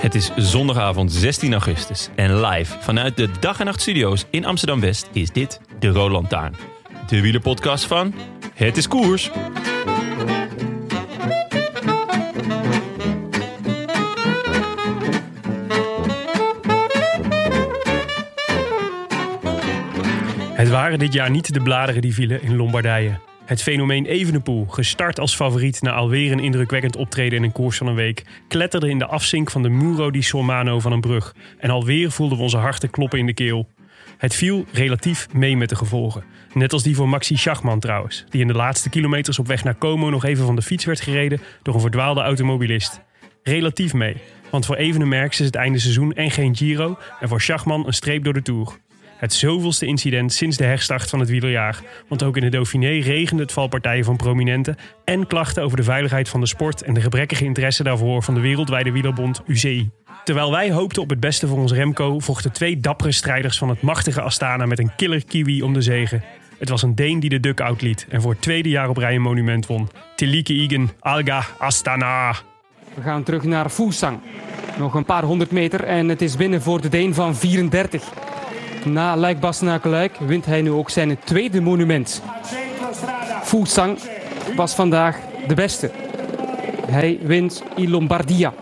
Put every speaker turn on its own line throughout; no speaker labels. Het is zondagavond 16 augustus en live vanuit de Dag en Nacht Studio's in Amsterdam West is dit de Roland Taarn. De wielerpodcast van Het is Koers.
Het waren dit jaar niet de bladeren die vielen in Lombardije. Het fenomeen Evenepoel, gestart als favoriet na alweer een indrukwekkend optreden in een koers van een week, kletterde in de afzink van de Muro di Sormano van een brug. En alweer voelden we onze harten kloppen in de keel. Het viel relatief mee met de gevolgen. Net als die voor Maxi Schachman trouwens, die in de laatste kilometers op weg naar Como nog even van de fiets werd gereden door een verdwaalde automobilist. Relatief mee, want voor Evenemerks is het einde seizoen en geen Giro en voor Schachman een streep door de Tour. Het zoveelste incident sinds de herstart van het wielerjaar. Want ook in de Dauphiné regende het valpartijen van prominenten... en klachten over de veiligheid van de sport... en de gebrekkige interesse daarvoor van de wereldwijde wielerbond UCI. Terwijl wij hoopten op het beste voor ons Remco... vochten twee dappere strijders van het machtige Astana... met een killer kiwi om de zegen. Het was een Deen die de duck-out liet... en voor het tweede jaar op rij een monument won. Tilike Igen, Alga, Astana.
We gaan terug naar Fusang. Nog een paar honderd meter en het is binnen voor de Deen van 34. Na Luik Bastenaken-Luik wint hij nu ook zijn tweede monument. Fusang was vandaag de beste. Hij wint in Lombardia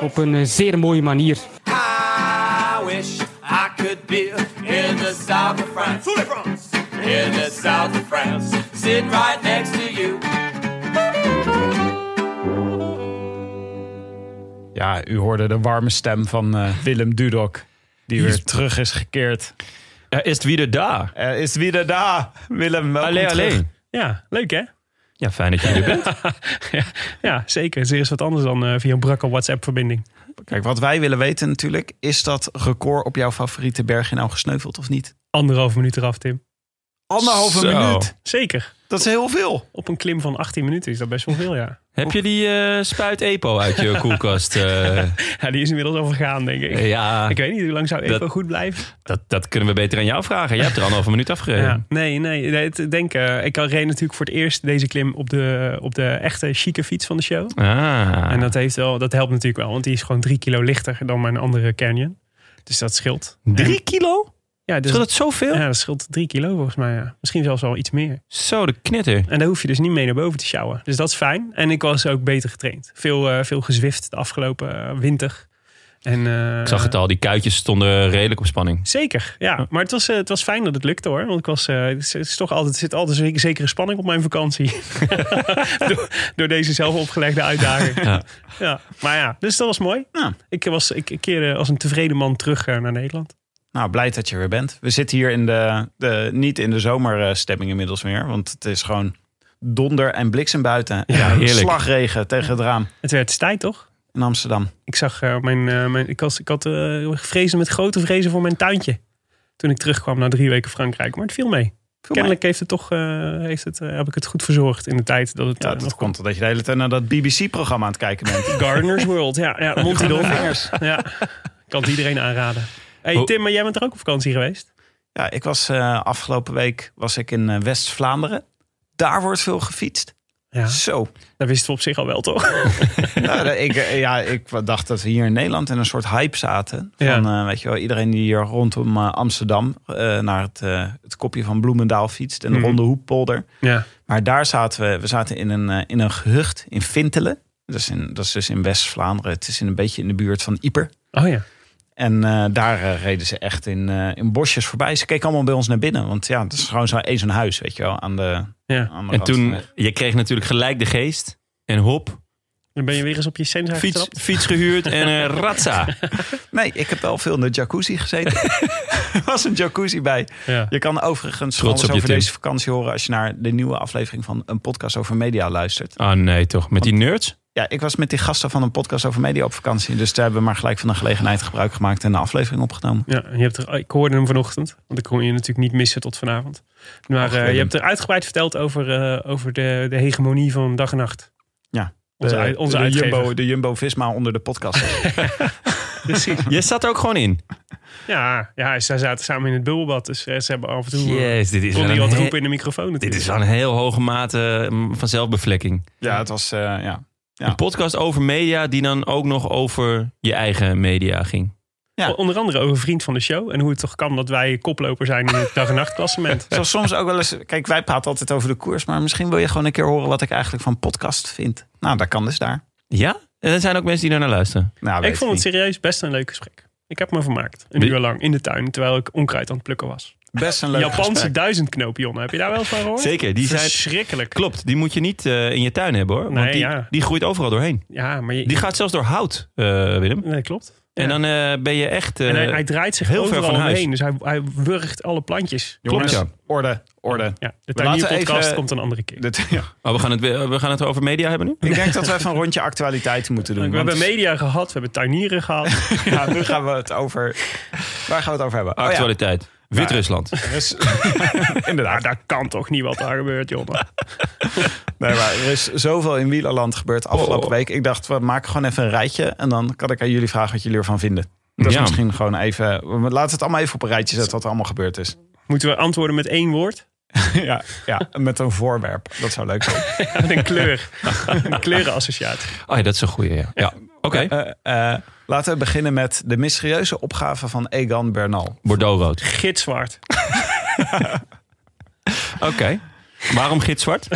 op een zeer mooie manier.
I wish I could be in the south of France. In the south of France. Sitting right next to you.
Ja, u hoorde de warme stem van eh, Willem Dudok. Die weer terug is gekeerd.
Er is wieder da.
Er is wieder daar, Willem. Welkom
Allee,
terug.
alleen.
Ja, leuk hè?
Ja, fijn dat je er bent.
Ja, zeker. Zeer is wat anders dan eh, via een brakke WhatsApp-verbinding.
Kijk, wat wij willen weten natuurlijk... is dat record op jouw favoriete berg in nou gesneuveld of niet?
Anderhalf minuut eraf, Tim.
Anderhalve
Zo.
minuut.
Zeker.
Dat is heel veel.
Op een klim van 18 minuten is dat best wel veel, ja.
Heb je die eh, spuit Epo uit je koelkast? eh?
ja die is inmiddels al vergaan, denk ik.
ja,
Ik weet niet, hoe lang zou Epo
Dat-
goed blijven?
dat, dat kunnen we beter aan jou vragen. Jij hebt er anderhalve minuut afgereden.
Ja. Nee, nee. nee, het- ik denk, eh, ik reed natuurlijk voor het eerst deze klim op de, op de echte chique fiets van de show.
Ah.
En dat, heeft wel, dat helpt natuurlijk wel, want die is gewoon drie kilo lichter dan mijn andere Canyon. Dus dat scheelt.
Drie kilo?
Ja, dus,
Is dat zoveel?
ja, dat scheelt drie kilo volgens mij. Ja. Misschien zelfs wel iets meer.
Zo, de knitter.
En daar hoef je dus niet mee naar boven te sjouwen. Dus dat is fijn. En ik was ook beter getraind. Veel, eh, veel gezwift de afgelopen eh, winter. En, eh,
Ik zag het al, die kuitjes stonden redelijk op spanning.
Zeker, ja. Maar het was, eh, het was fijn dat het lukte hoor. Want ik was, eh, het is- het is toch altijd, er zit altijd een zekere spanning op mijn vakantie. door, door deze zelf opgelegde uitdaging. Ja. Maar ja, dus dat was mooi.
Nou.
Ik, was, ik ik keerde als een tevreden man terug eh, naar Nederland.
Nou, blij dat je weer bent. We zitten hier in de, de, niet in de zomerstemming inmiddels meer. Want het is gewoon donder en bliksem buiten.
Ja,
En
heerlijk.
Slagregen tegen het raam
Het werd tijd toch?
in Amsterdam.
Ik zag eh, mijn, eh, mijn ik, was, ik had eh, vrezen met grote vrezen voor mijn tuintje. Toen ik terugkwam na drie weken Frankrijk. Maar het viel mee. Kennelijk heeft het toch, eh, heeft het, eh, heb ik het goed verzorgd in de tijd dat het
Ja,
eh,
dat
nog
komt omdat je de hele tijd naar dat BBC-programma aan het kijken bent.
Gardener's World, ja. ja Monty Dolphin. Ja, kan het iedereen aanraden. hey,
Ho-
Tim, maar jij bent er ook op vakantie geweest?
Ja, ik was eh, afgelopen week was ik in eh, West-Vlaanderen. Daar wordt veel gefietst.
Ja.
Zo.
Dat wisten we op zich al wel, toch?
Nou, ik, eh, ja, ik dacht dat we hier in Nederland in een soort hype zaten. Van,
Ja.
eh, weet je wel, iedereen die hier rondom eh, Amsterdam eh, naar het, eh, het kopje van Bloemendaal fietst. En de
Mhm.
Ronde Hoeppolder.
Ja.
Maar daar zaten we, we zaten in een, eh, in een gehucht in Vintelen. Dat is, in, dat is dus in West-Vlaanderen. Het is in een beetje in de buurt van Ieper.
Oh ja.
En eh, daar eh, reden ze echt in, eh, in bosjes voorbij. Ze keken allemaal bij ons naar binnen. Want ja, het is gewoon zo'n één zo'n huis, weet je wel, aan de,
ja.
aan de
En
rand van de
toen,
weg.
je kreeg natuurlijk gelijk de geest. En hop,
Dan ben je weer eens op je sensa
Fiets,
getrapt.
fiets gehuurd en eh ratza.
Nee, ik heb wel veel in de jacuzzi gezeten. er was een jacuzzi bij.
Ja.
Je kan overigens
Trots
alles
op je,
over
Tim.
deze vakantie horen als je naar de nieuwe aflevering van een podcast over media luistert.
Ah nee, toch. Met die nerds?
Ja, ik was met die gasten van een podcast over media op vakantie. Dus daar hebben we maar gelijk van de gelegenheid gebruik gemaakt en een aflevering opgenomen.
Ja, en je hebt er, ik hoorde hem vanochtend, want ik kon je natuurlijk niet missen tot vanavond. Maar eh, je
Willem.
hebt er uitgebreid verteld over, eh, over de, de hegemonie van dag en nacht.
Ja.
Onze,
de,
uit- onze
de,
uitgever.
Jumbo, de Jumbo Visma onder de podcast.
Precies.
Je staat er ook gewoon in.
Ja, ja, ze zaten samen in het bubbelbad, dus eh, ze hebben af en toe... eh,
Jeez, dit is
Kon
wel
hij
een
wat
he-
roepen in de microfoon
Dit
natuurlijk.
is wel een heel hoge mate mm, van zelfbevlekking.
ja, het was. eh, ja. Ja.
Een podcast over media die dan ook nog over je eigen media ging.
Ja.
Onder andere over vriend van de show. En hoe het toch kan dat wij koploper zijn in het dag- en nachtklassement.
Zoals soms ook wel eens. Kijk, wij praten altijd over de koers. Maar misschien wil je gewoon een keer horen wat ik eigenlijk van podcast vind. Nou, dat kan dus daar.
Ja? En er zijn ook mensen die daar naar luisteren.
Nou, weet
ik vond het
niet.
serieus best een leuk gesprek. Ik heb me vermaakt. Een
Wie-
uur lang in de tuin, terwijl ik onkruid aan het plukken was.
best een leuk
Japanse
gesprek.
duizendknoopionnen, heb je daar wel eens van gehoord?
Zeker, die zijn...
Verschrikkelijk.
Klopt, die moet je niet eh, in je tuin hebben hoor. Want
Nee,
die,
ja.
die groeit overal doorheen.
Ja, maar je...
Die gaat zelfs door hout, eh, Willem.
Nee, klopt.
En
Ja.
dan eh, ben je echt... eh,
en hij, hij draait zich
heel ver
overal
van huis.
omheen. Dus hij, hij wurgt alle plantjes.
Jongens,
Klopt,
orde, orde.
Ja, de
laten
tuinierpodcast
even-
komt een andere keer.
Dit- ja.
oh, we, gaan het, weer- we gaan het over media hebben nu?
Ik denk dat we even een rondje actualiteit moeten doen.
we
want-
hebben media gehad, we hebben tuinieren gehad.
Ja, nu gaan we het over. Waar gaan we het over hebben? Oh ja,
Actualiteit. Wit-Rusland.
Rus-
Inderdaad. dat kan toch niet wat daar gebeurt, jongen.
nee, maar er is zoveel in wielerland gebeurd afgelopen
Oh.
week. Ik dacht, we maken gewoon even een rijtje. En dan kan ik aan jullie vragen wat jullie ervan vinden. Dat is
Ja.
misschien gewoon even. Laten we het allemaal even op een rijtje zetten wat er allemaal gebeurd is.
Moeten we antwoorden met één woord?
ja, ja, met een voorwerp. Dat zou leuk zijn.
Met een kleur. een kleurenassociatie.
Oh ja, dat is een goeie, ja. ja. Oké,
Eh, eh, laten we beginnen met de mysterieuze opgave van Egan Bernal.
Bordeaux-rood.
Gitzwart.
Oké. Waarom gitzwart?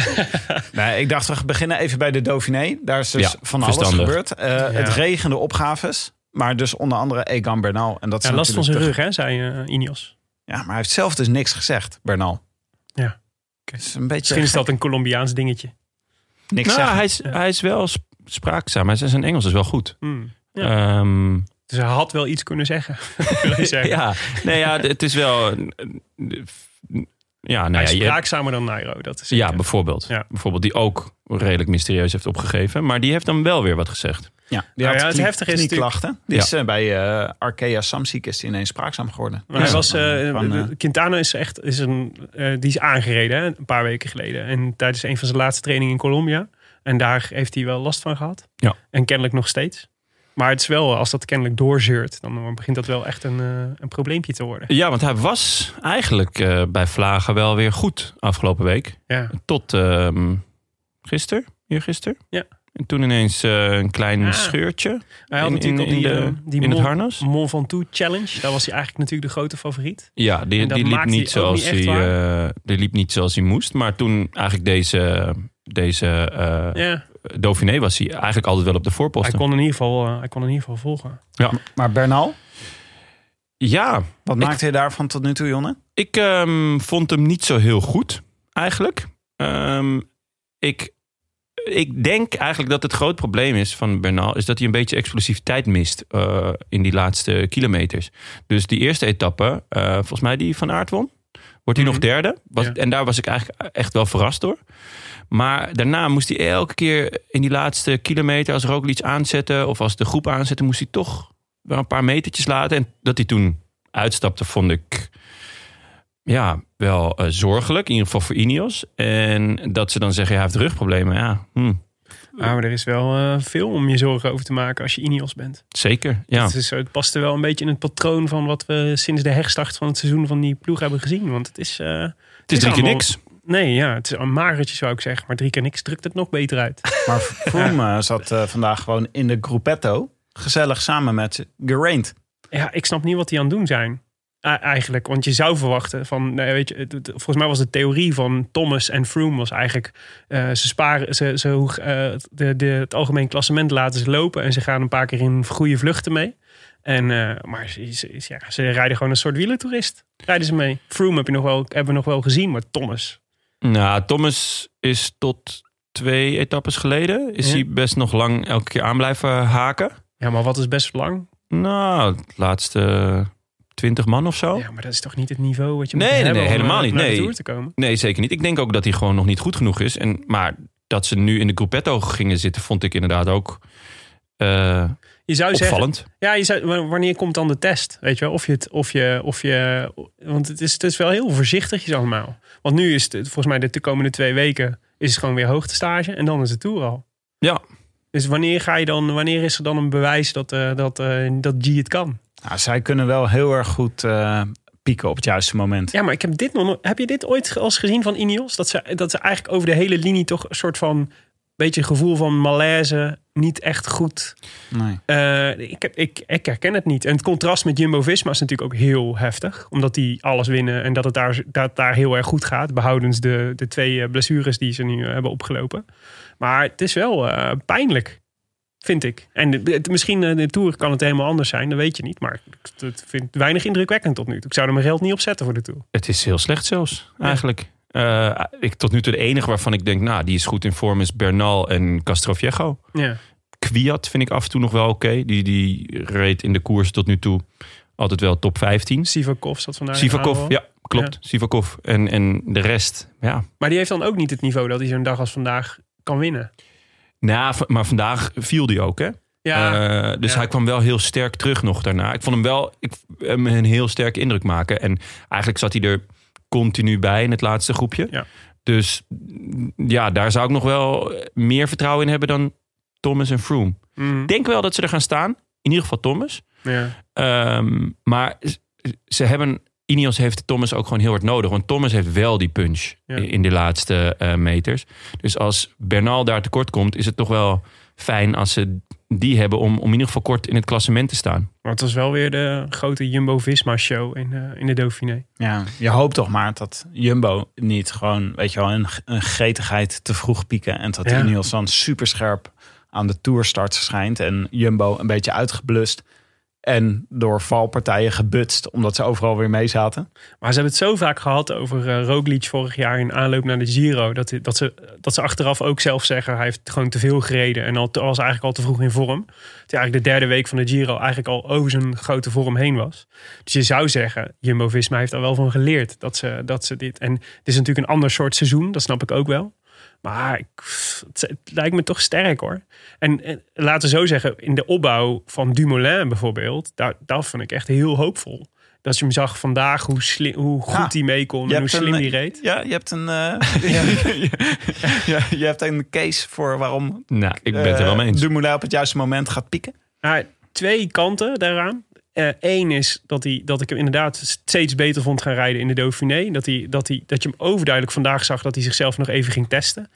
Nee, ik dacht, we beginnen even bij de Dauphiné. Daar is dus
Ja,
van alles
verstandig.
gebeurd. Eh, Het regende opgaves. Maar dus onder andere Egan Bernal. En dat is
Ja, last van
natuurlijk
zijn
de-
rug, hè, zei eh, Ineos.
Ja, maar hij heeft zelf dus niks gezegd, Bernal.
Ja.
Het is een beetje
Misschien is dat een Colombiaans dingetje.
niks
nou,
zeggen.
hij is, hij is wel sp- spraakzaam. Hij is- Zijn Engels is wel goed.
Hmm.
Ehm,
Dus hij had wel iets kunnen zeggen. wil je zeggen.
ja, nee, ja, d- het is wel. eh, eh, f- Ja, nou
Hij
ja,
is
je-
spraakzamer dan Nairo. Dat is
ja,
zeker.
bijvoorbeeld.
Ja.
Bijvoorbeeld die ook redelijk mysterieus heeft opgegeven. Maar die heeft dan wel weer wat gezegd.
ja, die
Nou
had
ja, het
knie-
heftige is
knieklachten. Die
Ja.
is eh, bij eh Arkea Samsic is die ineens spraakzaam geworden.
Maar hij
Ja.
was, eh,
Van, eh,
de- Quintana is echt is een, eh, die is aangereden hè, een paar weken geleden. En tijdens een van zijn laatste trainingen in Colombia. En daar heeft hij wel last van gehad.
Ja.
En kennelijk nog steeds. Maar het is wel, als dat kennelijk doorzeurt, dan begint dat wel echt een, eh, een probleempje te worden.
Ja, want hij was eigenlijk eh, bij Vlagen wel weer goed afgelopen week.
Ja.
Tot ehm gisteren, hier gisteren.
Ja.
En toen ineens eh, een klein
Ah.
scheurtje
Hij had
in, in,
natuurlijk al
in
die,
de-
eh, die
in het
Mont-
harnas.
Mont Ventoux Challenge. Daar was hij eigenlijk natuurlijk de grote favoriet.
Ja, die,
En dat
die, liep
maakte
niet
hij ook
zoals
niet echt
hij, eh, die liep niet zoals hij moest. Maar toen eigenlijk deze, deze eh,
Ja.
Dauphiné was hij eigenlijk altijd wel op de
Hij,
voorposten.
kon in ieder geval, eh, hij kon in ieder geval volgen.
Maar Bernal,
Ja,
wat
Ik-
maakte hij daarvan tot nu toe, Jonne?
ik ehm, vond hem niet zo heel goed eigenlijk. Ehm, ik, ik denk eigenlijk dat het groot probleem is van Bernal... is dat hij een beetje explosiviteit mist eh, in die laatste kilometers. Dus die eerste etappe, eh, volgens mij die Van Aert won... wordt hij nog
Mhm.
derde. Was,
Ja.
En daar was ik eigenlijk echt wel verrast door. Maar daarna moest hij elke keer in die laatste kilometer... als Roglic iets aanzette of als de groep aanzette... moest hij toch wel een paar metertjes laten. En dat hij toen uitstapte, vond ik... Ja, wel eh, zorgelijk. In ieder geval voor Ineos. En dat ze dan zeggen, ja, hij heeft rugproblemen. Ja, hm,
Ja, maar er is wel eh, veel om je zorgen over te maken als je Ineos bent.
zeker. Ja.
Het, is, het past er wel een beetje in het patroon van wat we sinds de herstart van het seizoen van die ploeg hebben gezien. Want het is... eh,
het is drie keer
allemaal-
niks.
Nee, ja, het is een magertje zou ik zeggen. Maar drie keer niks drukt het nog beter uit.
Maar Froome eh, zat eh, vandaag gewoon in de gruppetto. Gezellig samen met Geraint.
Ja, ik snap niet wat die aan het doen zijn. Eh, Eigenlijk, want je zou verwachten van, nee, weet je, het- het- volgens mij was de theorie van Thomas en Froome was eigenlijk, eh, ze sparen, ze, ze, hoe- eh, de, de, het algemeen klassement laten ze lopen en ze gaan een paar keer in goede vluchten mee. En, eh, maar ze, ze- ze- ja, ze rijden gewoon een soort wielentoerist. Rijden ze mee. Froome heb je nog wel, hebben we nog wel gezien, maar Thomas.
Nou, Thomas is tot twee etappes geleden is
Ja.
hij best nog lang elke keer aan blijven haken.
Ja, maar wat is best lang?
Nou, de laatste twintig man of zo.
Ja, maar dat is toch niet het niveau wat je
Oh. Nee,
moet
nee,
hebben
nee,
om, eh,
helemaal niet,
naar de
nee.
Tour te komen?
Nee, zeker niet. Ik denk ook dat hij gewoon nog niet goed genoeg is. En, maar dat ze nu in de gruppetto gingen zitten, vond ik inderdaad ook eh,
Je zou zeggen,
opvallend.
ja, je zou, wa- wanneer komt dan de test? Weet je wel, of je het, of je, of je, want het is, het is wel heel voorzichtigjes allemaal. Want nu is het, volgens mij de, de komende twee weken is het gewoon weer hoogtestage en dan is de Tour al.
Ja.
Dus wanneer ga je dan, wanneer is er dan een bewijs dat, eh, dat, eh, dat G het kan?
Nou, zij kunnen wel heel erg goed eh, pieken op het juiste moment.
Ja, maar ik heb dit nog, nooit- heb je dit ooit ge- als gezien van Ineos? Dat ze, dat ze eigenlijk over de hele linie toch een soort van, beetje gevoel van malaise, niet echt goed
Nee.
Eh, ik, heb- ik, ik herken het niet. En het contrast met Jumbo-Visma is natuurlijk ook heel heftig. Omdat die alles winnen en dat het daar, dat daar heel erg goed gaat. Behoudens de, de twee eh, blessures die ze nu eh, hebben opgelopen. Maar het is wel eh, pijnlijk, vind ik. En de- het- misschien eh, de Tour kan het helemaal anders zijn, dat weet je niet. Maar ik het vind het weinig indrukwekkend tot nu toe. Ik zou er mijn geld niet op zetten voor de Tour.
Het is heel slecht zelfs, eigenlijk. Eh, ik, tot nu toe de enige waarvan ik denk, nou, die is goed in vorm is Bernal en Castroviejo.
Ja.
Kwiat vind ik af en toe nog wel oké. Die, die reed in de koers tot nu toe altijd wel top 15.
Sivakov zat vandaag. in de
Sivakov,
aanval.
ja, klopt. Sivakov. En, en de rest, ja.
Maar die heeft dan ook niet het niveau dat hij zo'n dag als vandaag kan winnen.
Nou, v- maar vandaag viel die ook, hè?
Ja,
Eh, dus
ja.
hij kwam wel heel sterk terug nog daarna. Ik vond hem wel ik, hem een heel sterk indruk maken. En eigenlijk zat hij er continu bij in het laatste groepje.
Ja.
Dus mm, ja, daar zou ik nog wel meer vertrouwen in hebben dan Thomas en Froome.
Mhm.
Ik denk wel dat ze er gaan staan. In ieder geval Thomas.
ja.
Ehm, maar z- ze hebben... Ineos heeft Thomas ook gewoon heel hard nodig. Want Thomas heeft wel die punch
Ja.
in in de laatste eh, meters. Dus als Bernal daar tekort komt... is het toch wel fijn als ze die hebben... om, om in ieder geval kort in het klassement te staan.
Maar het was wel weer de grote Jumbo-Visma-show in, eh, in de Dauphiné.
Ja, je hoopt toch maar dat Jumbo niet gewoon, weet je wel, een, een gretigheid te vroeg pieken. En dat
Ja.
Ineos dan superscherp aan de toerstart verschijnt. En Jumbo een beetje uitgeblust. En door valpartijen gebutst, omdat ze overal weer mee zaten.
Maar ze hebben het zo vaak gehad over eh, Roglic vorig jaar in aanloop naar de Giro. Dat, dat, ze, dat ze achteraf ook zelf zeggen, hij heeft gewoon te veel gereden. En al, te- was eigenlijk al te vroeg in vorm. Dat hij eigenlijk de derde week van de Giro eigenlijk al over zijn grote vorm heen was. Dus je zou zeggen, Jumbo-Visma heeft daar wel van geleerd. Dat ze, dat ze dit... En het is natuurlijk een ander soort seizoen, dat snap ik ook wel. Maar ik, het, het lijkt me toch sterk hoor. En, en laten we zo zeggen, in de opbouw van Dumoulin bijvoorbeeld, daar, dat vond ik echt heel hoopvol. Dat je hem zag vandaag hoe, sli- hoe goed
Ja.
hij mee kon
Je
en hoe
hebt
slim
een-
hij reed.
Ja, je hebt een, ja, je hebt een case voor waarom eh,
Nou, ik ben het er wel mee
Eh,
eens.
Dumoulin op het juiste moment gaat pieken.
Maar Nou, twee kanten daaraan. Eén is dat, hij, dat ik hem inderdaad steeds beter vond gaan rijden in de Dauphiné. Dat, hij, dat, hij, dat je hem overduidelijk vandaag zag dat hij zichzelf nog even ging testen.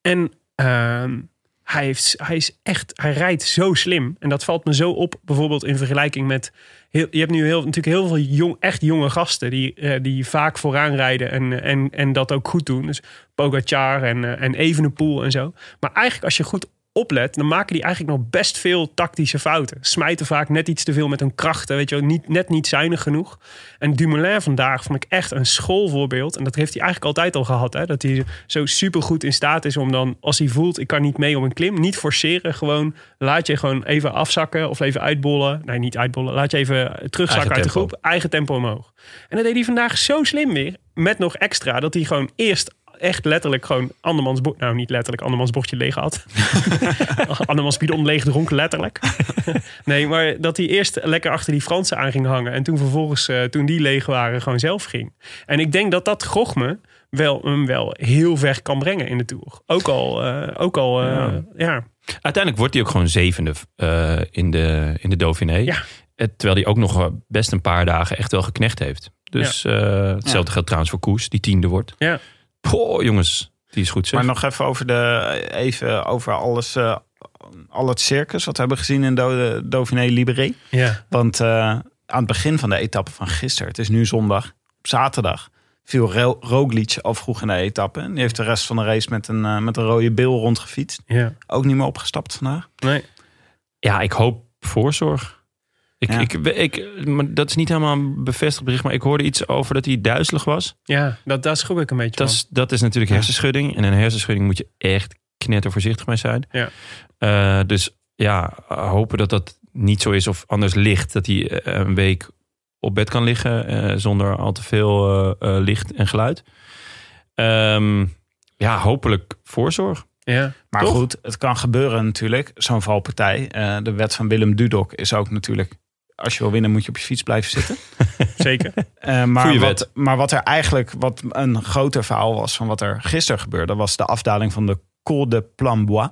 En ehm, hij, heeft, hij is echt, hij rijdt zo slim. En dat valt me zo op, bijvoorbeeld in vergelijking met. Heel, je hebt nu heel, natuurlijk heel veel jong, echt jonge gasten die, eh, die vaak vooraan rijden en, eh, en, en dat ook goed doen. Dus Pogacar en, eh, en Evenepoel en zo. Maar eigenlijk als je goed oplet, dan maken die eigenlijk nog best veel tactische fouten. Smijten vaak net iets te veel met hun krachten, weet je wel, niet, net niet zuinig genoeg. En Dumoulin vandaag vond ik echt een schoolvoorbeeld. En dat heeft hij eigenlijk altijd al gehad. Hè? Dat hij zo supergoed in staat is om dan, als hij voelt, ik kan niet mee om een klim, niet forceren. Gewoon laat je gewoon even afzakken of even uitbollen. Nee, niet uitbollen. Laat je even terugzakken
Eigen
uit de
tempo.
groep. Eigen tempo omhoog. En dat deed hij vandaag zo slim weer. Met nog extra dat hij gewoon eerst echt letterlijk gewoon andermans bord... Nou, niet letterlijk andermans bordje leeg had. andermans bidon leeg dronken, letterlijk. nee, maar dat hij eerst lekker achter die Fransen aan ging hangen. En toen vervolgens, eh, toen die leeg waren, gewoon zelf ging. En ik denk dat dat Gochme wel, hem wel heel ver kan brengen in de Tour. Ook al, eh, ook al eh, ja.
Uiteindelijk wordt hij ook gewoon zevende eh, in, de, in de Dauphiné.
Ja.
Eh, terwijl hij ook nog eh, best een paar dagen echt wel geknecht heeft. Dus eh, hetzelfde geldt trouwens voor Koes, die tiende wordt.
Ja.
Goh, jongens, die is goed zeg.
Maar nog even over, de, even over alles, eh, al het circus wat we hebben gezien in Do Dauphiné Libéré.
ja.
Want eh, aan het begin van de etappe van gisteren, het is nu zondag, op zaterdag, viel Ro- Roglic al vroeg in de etappe. En die heeft de rest van de race met een, eh, met een rode bil rondgefietst.
Ja.
Ook niet meer opgestapt vandaag.
Nee.
Ja, ik hoop voorzorg. Ik,
Ja.
ik, ik, maar dat is niet helemaal een bevestigd bericht, maar ik hoorde iets over dat hij duizelig was.
Ja, dat, daar schrok ik een beetje
Dat
van.
is, dat is natuurlijk hersenschudding. En een hersenschudding moet je echt knetter voorzichtig mee zijn.
Ja.
Eh, dus ja, hopen dat dat niet zo is of anders ligt. Dat hij eh, een week op bed kan liggen eh, zonder al te veel eh, eh, licht en geluid. Ehm, ja, hopelijk voorzorg.
Ja.
Maar
Toch?
goed, het kan gebeuren natuurlijk, zo'n valpartij. Eh, de wet van Willem Dudok is ook natuurlijk... Als je wil winnen moet je op je fiets blijven zitten.
Zeker.
Eh,
Goeie
maar,
wet.
wat, maar wat er eigenlijk wat een groter verhaal was van wat er gisteren gebeurde... was de afdaling van de Col de Plambois.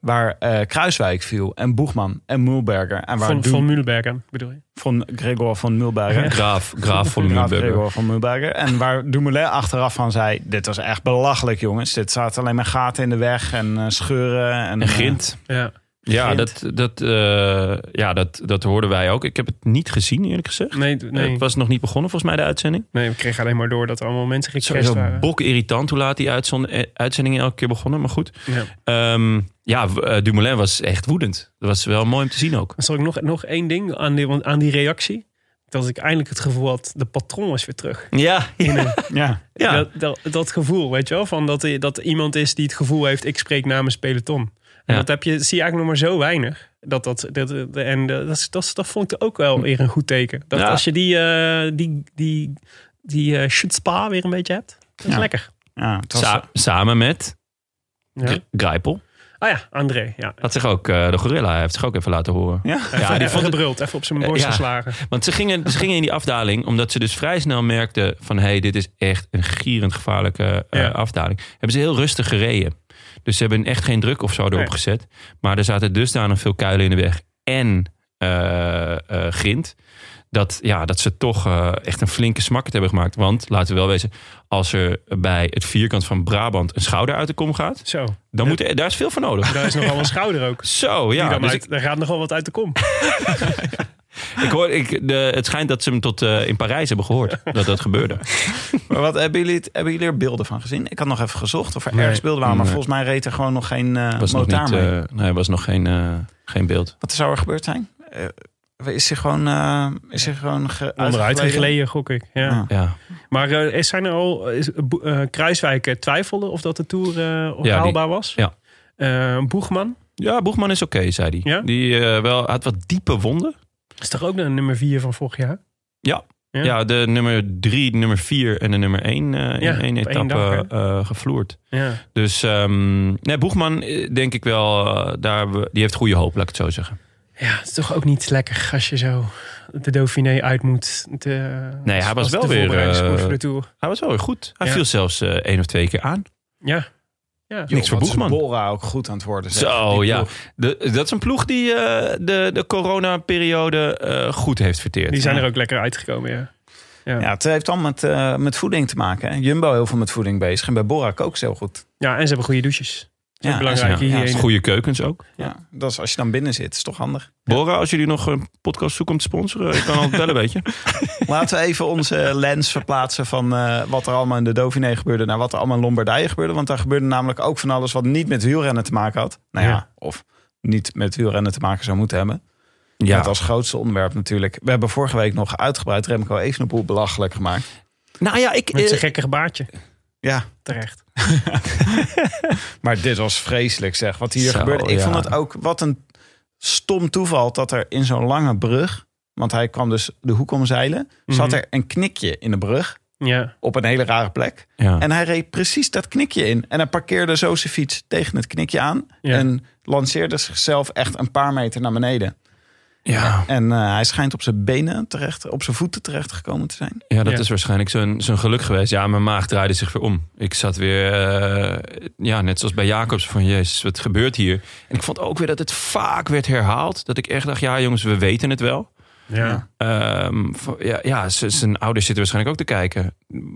Waar eh, Kruiswijk viel en Boegman en Mulberger. En waar
Van,
Du-
van Mühlenberg bedoel je?
van Gregor van Mulberger.
Graaf, graaf van
Graaf
Mühlberger.
Gregor van Mulberger. En waar Dumoulin achteraf van zei... dit was echt belachelijk jongens. Dit zaten alleen maar gaten in de weg en eh, scheuren. En,
En
eh,
Grint.
Ja.
Ja, dat,
Grint.
dat, eh, ja dat, dat hoorden wij ook. Ik heb het niet gezien, eerlijk gezegd.
Nee, d- nee.
Het was nog niet begonnen, volgens mij, de uitzending.
nee, we kregen alleen maar door dat er allemaal mensen gecrashed
Sowieso
waren.
bok irritant hoe laat die uitzond- eh, uitzendingen elke keer begonnen. Maar goed.
Ja.
Ehm, ja, w- eh, Dumoulin was echt woedend. Dat was wel mooi om te zien ook.
Zal ik nog, nog één ding aan die, want aan die reactie? Dat ik eindelijk het gevoel had, de patroon was weer terug.
Ja, ja.
eh, Ja,
ja.
Dat, dat, dat gevoel, weet je wel? Van dat, dat iemand is die het gevoel heeft, ik spreek namens peloton. En
Ja.
dat heb je, zie je eigenlijk nog maar zo weinig. Dat, dat, dat, en eh, dat, is- dat, is- dat vond ik ook wel weer een goed teken. Dat
Ja.
als je die, eh die, die, die eh spa weer een beetje hebt, dat is
Ja.
lekker.
ja het was,
Sa- samen met
Ja.
Gr- Grijpel.
Ah ja, André. Ja.
Dat zich ook, eh, de gorilla heeft zich ook even laten horen.
ja.
Ja, die
even
vond het,
gebruld, even op zijn borst
Ja.
geslagen.
want ze gingen, ze gingen in die afdaling, omdat ze dus vrij snel merkten van... hé, hey, dit is echt een gierend gevaarlijke eh,
Ja.
afdaling. Hebben ze heel rustig gereden. Dus ze hebben echt geen druk of zo erop
Nee.
gezet. Maar er zaten dusdanig veel kuilen in de weg en eh, eh, grind... Dat, ja, dat ze toch eh, echt een flinke smakkert hebben gemaakt. Want, laten we wel wezen... als er bij het vierkant van Brabant een schouder uit de kom gaat...
Zo,
dan moet, er- daar is veel voor nodig.
daar is nogal een schouder ook.
Zo,
Die
ja.
dan
Dus
uit-
ik,
Daar gaat nogal wat uit de kom.
ik hoor, ik, de, het schijnt dat ze hem tot eh, in Parijs hebben gehoord. Dat dat gebeurde.
Maar wat, hebben, jullie, het- hebben jullie er beelden van gezien? Ik had nog even gezocht of er
Nee.
ergens beelden waren. Maar
Nee.
volgens mij reed er gewoon nog geen eh
was nog,
motaar
niet,
mee.
eh, nee, was nog geen, eh, geen beeld.
Wat zou er gebeurd zijn? Eh, is hij gewoon, eh is hij gewoon ge-
Onderuit
uitgegleden?
gegleden, gok ik. Ja.
Ja.
Ja,
Maar eh, is zijn er al is, eh, Bo- eh, Kruiswijk eh, twijfelde of dat de Tour eh,
die-
haalbaar was?
ja.
Eh, Boegman
ja Boegman is oké, zei hij.
Ja?
Die eh, wel, had wat diepe wonden.
is toch ook de nummer 4 van vorig jaar?
Ja,
Ja.
de nummer drie, de nummer vier en de nummer één eh, in
Ja,
één
op één
etappe
dag,
eh, gevloerd.
Ja.
Dus ehm, nee, Boegman eh, denk ik wel, eh, daar, we- die heeft goede hoop, laat ik het zo zeggen.
ja, het is toch ook niet lekker als je zo de Dauphiné uit moet. De,
Nee, hij was
als
wel
de
weer,
voorbereidingskoers
eh,
voor de Tour.
Hij was wel weer goed. Hij
Ja.
viel zelfs eh, één of twee keer aan.
Ja. ja.
Joh,
Niks voor
wat is
Boegman.
Bora ook goed aan het worden. zeg.
Zo,
Die
ja.
ploeg.
De, dat is een ploeg die eh, de, de coronaperiode eh, goed heeft verteerd.
Die zijn er ook lekker uitgekomen, ja.
Ja, het heeft allemaal met, eh, met voeding te maken. Hè. Jumbo heel veel met voeding bezig. En bij Bora ook heel goed.
Ja, en ze hebben goede douches.
Ja,
Ja, belangrijk
ja,
hierheen.
ja,
Goede keukens ook.
ja. Dat is, als je dan binnen zit, is toch handig.
Bora, als jullie nog een podcast zoeken om te sponsoren, ik kan altijd bellen, weet je.
Laten we even onze lens verplaatsen van eh, wat er allemaal in de Dauphiné gebeurde... naar wat er allemaal in Lombardije gebeurde. Want daar gebeurde namelijk ook van alles wat niet met wielrennen te maken had. Nou ja,
Ja.
of niet met wielrennen te maken zou moeten hebben.
Ja,
Met als grootste onderwerp natuurlijk. We hebben vorige week nog uitgebreid Remco Evenepoel belachelijk gemaakt.
nou ja, ik...
Met
eh,
zijn gekke gebaartje.
Ja,
Terecht.
maar dit was vreselijk zeg. Wat hier
Zo,
gebeurde. Ik
ja.
vond het ook wat een stom toeval dat er in zo'n lange brug... want hij kwam dus de hoek omzeilen... zat
Mhm.
er een knikje in de brug
Ja.
op een hele rare plek...
ja.
Ah.
En hij reed precies dat knikje in. En hij parkeerde zo zijn fiets tegen het knikje aan.
Ja.
En lanceerde zichzelf echt een paar meter naar beneden.
ja,
En eh, hij schijnt op zijn benen terecht, op zijn voeten terecht gekomen te zijn.
ja, dat
Ja.
is waarschijnlijk zijn, zijn geluk geweest. Ja, mijn maag draaide zich weer om. Ik zat weer, eh, ja, net zoals bij Jacobs, van jezus, wat gebeurt hier? En ik vond ook weer dat het vaak werd herhaald. Dat ik echt dacht, ja jongens, we weten het wel.
Ja.
Ehm, voor- ja, ja z- zijn ouders zitten waarschijnlijk ook te kijken.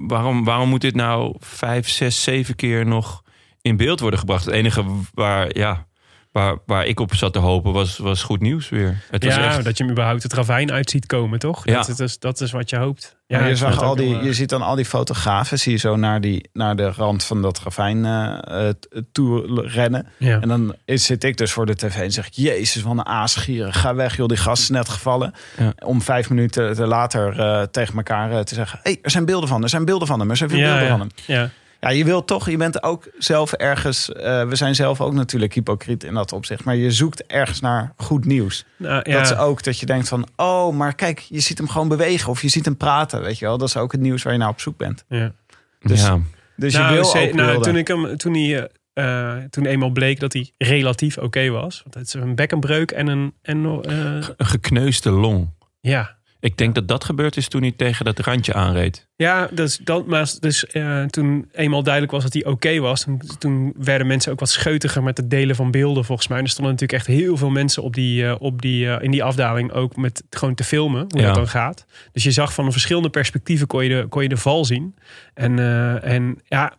Waarom, waarom moet dit nou vijf, zes, zeven keer nog in beeld worden gebracht? Het enige waar, ja, waar, waar ik op zat te hopen was, was goed nieuws weer. Het was
Ja,
echt,
dat je hem überhaupt het ravijn uit ziet komen, toch?
Ja.
Dat, dat, is, dat is wat je hoopt.
Ja, je,
ik vond
zag
het
al
ook
die,
heel, eh,
je ziet dan al die fotografen. Zie je zo naar, die, naar de rand van dat ravijn eh, eh, t- toe rennen.
ja.
En dan is- zit ik dus voor de tv en zeg ik... Jezus, wat een aasgieren. Ga weg, joh. Die gast is net gevallen.
Ja.
Om vijf minuten later eh, tegen elkaar eh, te zeggen... Hé, hey, er zijn beelden van. Er zijn beelden van hem. Er zijn veel
ja,
beelden
ja.
van hem.
Ja.
Ja, je wilt toch, je bent ook zelf ergens, eh, we zijn zelf ook natuurlijk hypocriet in dat opzicht, maar je zoekt ergens naar goed nieuws.
Nou, ja.
Dat is ook dat je denkt van, oh, maar kijk, je ziet hem gewoon bewegen of je ziet hem praten, weet je wel. Dat is ook het nieuws waar je naar op zoek bent.
ja.
Dus,
ja.
dus
nou,
je wil
ze-
ook
nou,
wilde.
toen ik hem, toen hij, eh, eh, toen eenmaal bleek dat hij relatief oké was, want het is een bekkenbreuk en een en eh,
Een gekneusde long.
ja.
Ik denk dat dat gebeurd is toen hij tegen dat randje aanreed.
Ja, dus, dat, maar dus, eh, toen eenmaal duidelijk was dat hij oké was, toen, toen werden mensen ook wat scheutiger met het delen van beelden volgens mij. En er stonden natuurlijk echt heel veel mensen op die, eh, op die, eh, in die afdaling ook met gewoon te filmen hoe
Ja.
dat dan gaat. Dus je zag van verschillende perspectieven kon je de, kon je de val zien. En, eh, en ja,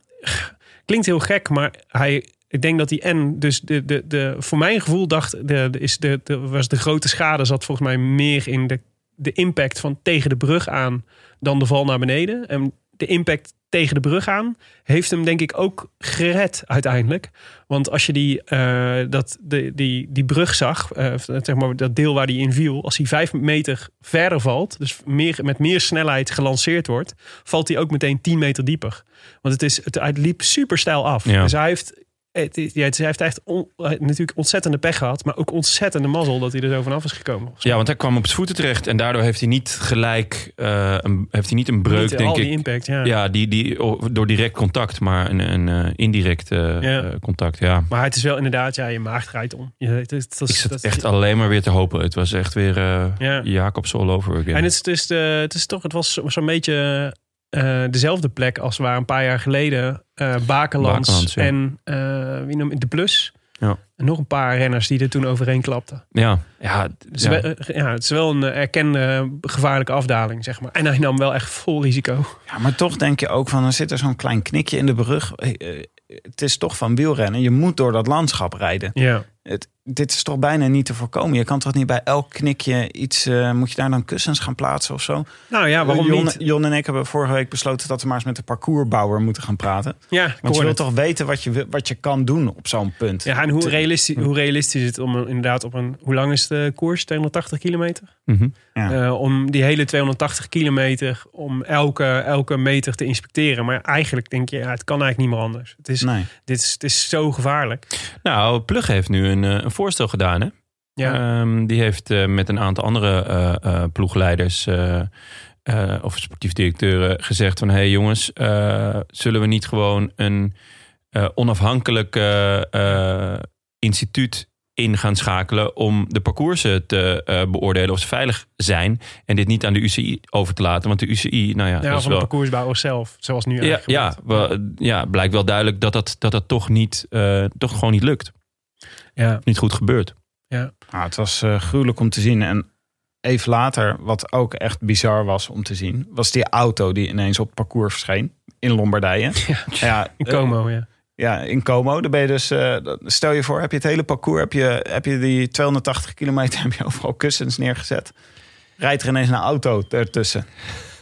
klinkt heel gek, maar hij, ik denk dat hij en dus de, de, de, voor mijn gevoel dacht, de, de, is de, de, was de grote schade zat volgens mij meer in de, de impact van tegen de brug aan dan de val naar beneden. En de impact tegen de brug aan heeft hem denk ik ook gered uiteindelijk. Want als je die, eh, dat, de, die, die brug zag, eh, zeg maar dat deel waar hij in viel, als hij vijf meter verder valt, dus meer, met meer snelheid gelanceerd wordt, valt hij ook meteen 10 meter dieper. Want het, is, het, hij liep super stijl af.
Ja.
Dus hij heeft, het, is- ja, het, hij heeft echt on- eh, natuurlijk ontzettende pech gehad, maar ook ontzettende mazzel dat hij er zo vanaf is gekomen.
Ja, want hij kwam op zijn voeten terecht. En daardoor heeft hij niet gelijk eh, een, heeft hij niet een breuk,
Niet
denk
al
ik.
die impact, ja.
Ja, die, die, oh, door direct contact, maar een, een eh, indirect eh,
Ja.
eh, contact. Ja.
Maar het is wel inderdaad, ja, je maag draait om. Ja, het is, dat
Ik
is-
zat
dat is-
echt alleen maar weer te hopen. Het was echt weer eh
Ja.
Jacobs all over again.
En het is, dus de, het is toch, het was zo- zo'n beetje eh, dezelfde plek als waar een paar jaar geleden eh Bakelands,
Bakelands, ja.
en eh, wie noem, De Plus.
Ja.
En nog een paar renners die er toen overheen klapten.
ja. Ja,
Dus
ja.
we- eh, ja. het is wel een eh, erkende gevaarlijke afdaling, zeg maar. En hij nam wel echt vol risico.
Ja, maar toch denk je ook van, er zit er zo'n klein knikje in de brug. Eh, eh, Het is toch van wielrennen. Je moet door dat landschap rijden.
Ja.
Het, dit is toch bijna niet te voorkomen. Je kan toch niet bij elk knikje iets... eh, moet je daar dan kussens gaan plaatsen of zo? Eh,
Nou ja, waarom
Jon,
niet?
Jon en ik hebben vorige week besloten dat we maar eens met de parcoursbouwer moeten gaan praten.
Ja, ik
Want je
hoorde
wil
het.
toch weten wat je, wil- wat je kan doen op zo'n punt.
Ja, en hoe
Te-
realistisch, hoe realistisch is het om een- inderdaad op een... Hoe lang is de koers? 280 kilometer?
Mhm.
Ja.
Eh, om die hele 280 kilometer, om elke, elke meter te inspecteren. Maar eigenlijk denk je, ja, het kan eigenlijk niet meer anders. Het is,
Nee.
dit is, het is zo gevaarlijk.
Nou, Plug heeft nu een, eh, een voorstel gedaan. Hè?
Ja.
Ehm, die heeft eh, met een aantal andere eh, eh, ploegleiders eh, eh, of sportief directeuren gezegd van... hé hey jongens, eh, zullen we niet gewoon een eh, onafhankelijk eh, eh, instituut in gaan schakelen... om de parcoursen te eh, beoordelen of ze veilig zijn... en dit niet aan de UCI over te laten. Want de UCI, nou ja,
ja,
dat is
van de
wel...
parcoursbouwer zelf, zoals nu
Ja,
eigenlijk
ja,
gebeurt.
wel, ja, blijkt wel duidelijk dat dat, dat, dat toch, niet, eh, toch gewoon niet lukt.
ja.
Niet goed gebeurt.
Nou, het was eh, gruwelijk om te zien. En even later, wat ook echt bizar was om te zien, was die auto die ineens op het parcours verscheen in Lombardije.
Ja.
ja,
In
eh,
Como, ja.
ja, in Como. Daar ben je dus, eh, dat- stel je voor, heb je het hele parcours, heb je, heb je die 280 kilometer, heb je overal kussens neergezet. Rijdt er ineens een auto ertussen.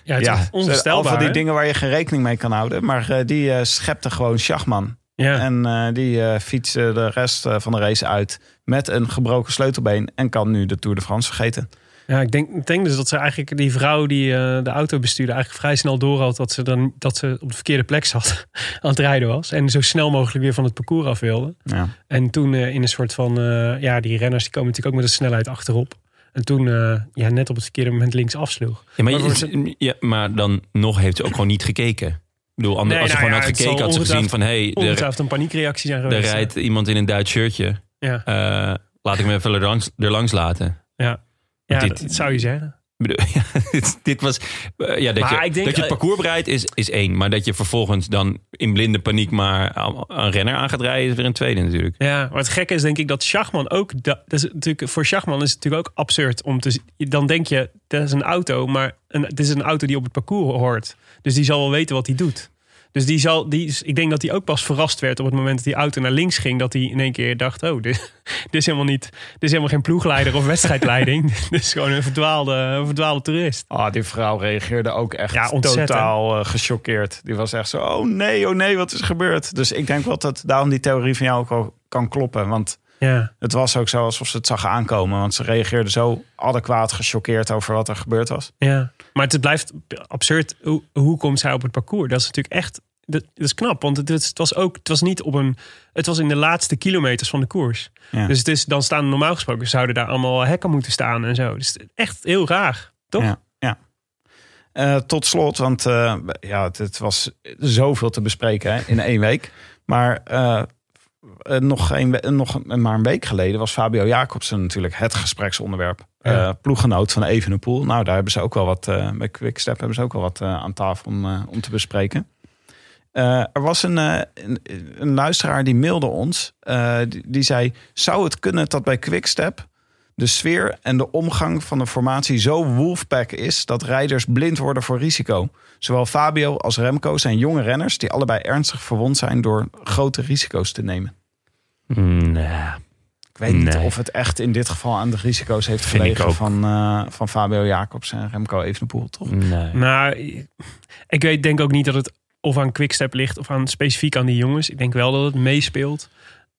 Ja, het is
Al
onvoorstelbaar.
van die
hè?
dingen waar je geen rekening mee kan houden. Maar eh, die eh, schepte gewoon Schachman.
Ja.
En eh, die eh fietsen de rest eh, van de race uit met een gebroken sleutelbeen. En kan nu de Tour de France vergeten.
Ja, ik denk, ik denk dus dat ze eigenlijk die vrouw die eh, de auto bestuurde, eigenlijk vrij snel door had dat ze, dan, dat ze op de verkeerde plek zat aan het rijden was. En zo snel mogelijk weer van het parcours af wilde.
Ja.
En toen eh, in een soort van, eh, ja, die renners die komen natuurlijk ook met een snelheid achterop. En toen, eh, ja, net op het verkeerde moment links afsloeg.
Ja, maar, je-
Maar voor
ja, maar dan nog heeft ze ook gewoon niet gekeken. Ik bedoel, anders,
Nee,
als ze
nou
gewoon
ja,
had
het
gekeken,
zal
had ze gezien van...
ongetwijfeld-
hé, hey, er,
Ongetwijfeld een paniekreactie zijn
er
geweest.
rijdt iemand in een Duits shirtje.
Ja,
Eh, laat ik me even er langs, er langs laten.
ja
dit-
dat zou je zeggen.
Ik bedoel, Ja, dit, dit was... eh, ja, dat
Maar
je,
ik denk,
dat je het
eh,
parcours bereidt is, is één. Maar dat je vervolgens dan in blinde paniek maar aan- een renner aan gaat rijden... is weer een tweede natuurlijk.
Ja, maar het gekke is denk ik dat Schachman ook... da- Dat is natuurlijk, voor Schachman is het natuurlijk ook absurd om te... z- Dan denk je, dat is een auto, maar een, het is een auto die op het parcours hoort. Dus die zal wel weten wat hij doet. Dus die zal, die, is- ik denk dat hij ook pas verrast werd op het moment dat die auto naar links ging. Dat hij in één keer dacht, oh, dit, dit, is, helemaal niet, dit is helemaal geen ploegleider of wedstrijdleiding. dit is gewoon een verdwaalde, een verdwaalde toerist.
Ah, die vrouw reageerde ook echt
Ja, ontzettend.
totaal eh, gechoqueerd. Die was echt zo, oh nee, oh nee, wat is gebeurd? Dus ik denk wel dat daarom die theorie van jou ook wel kan kloppen. Want
Ja,
het was ook zo alsof ze het zag aankomen. Want ze reageerde zo adequaat gechoqueerd over wat er gebeurd was.
ja. Maar het blijft absurd. Hoe, hoe komt zij op het parcours? Dat is natuurlijk echt dat, dat is knap, want het, is- het was ook, het was niet op een, het was in de laatste kilometers van de koers.
Ja.
Dus het is, dan staan normaal gesproken, zouden daar allemaal hekken moeten staan en zo. Dus echt heel raar, toch?
Ja. ja. Eh, tot slot, want eh, ja, het, het was zoveel te bespreken hè, in één week. Maar eh, eh, nog, een, we- eh, nog een- maar een week geleden was Fabio Jacobsen natuurlijk het gespreksonderwerp.
Ja.
Eh, ploeggenoot van Evenepoel. Nou, daar hebben ze ook wel wat, eh bij Quickstep hebben ze ook wel wat eh, aan tafel om, eh, om te bespreken. Eh, er was een, eh, een, een luisteraar die mailde ons. eh, die, die zei, zou het kunnen dat bij Quickstep de sfeer en de omgang van de formatie zo wolfpack is dat rijders blind worden voor risico. Zowel Fabio als Remco zijn jonge renners die allebei ernstig verwond zijn door grote risico's te nemen.
Nee.
Ik weet niet
Nee.
of het echt in dit geval aan de risico's heeft
Vind ik
gelegen
ook.
van, eh, van Fabio Jacobs en Remco Evenepoel, toch?
nee.
Maar Nou, ik weet denk ook niet dat het of aan Quickstep ligt of aan specifiek aan die jongens. Ik denk wel dat het meespeelt.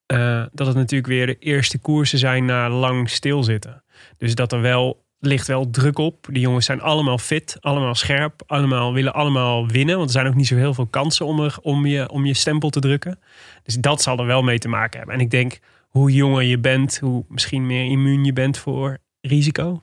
eh, dat het natuurlijk weer de eerste koersen zijn na lang stilzitten. Dus dat er wel ligt wel druk op. Die jongens zijn allemaal fit, allemaal scherp, allemaal willen allemaal winnen. Want er zijn ook niet zo heel veel kansen om, er, om, je, om je stempel te drukken. Dus dat zal er wel mee te maken hebben. En ik denk hoe jonger je bent, hoe misschien meer immuun je bent voor risico.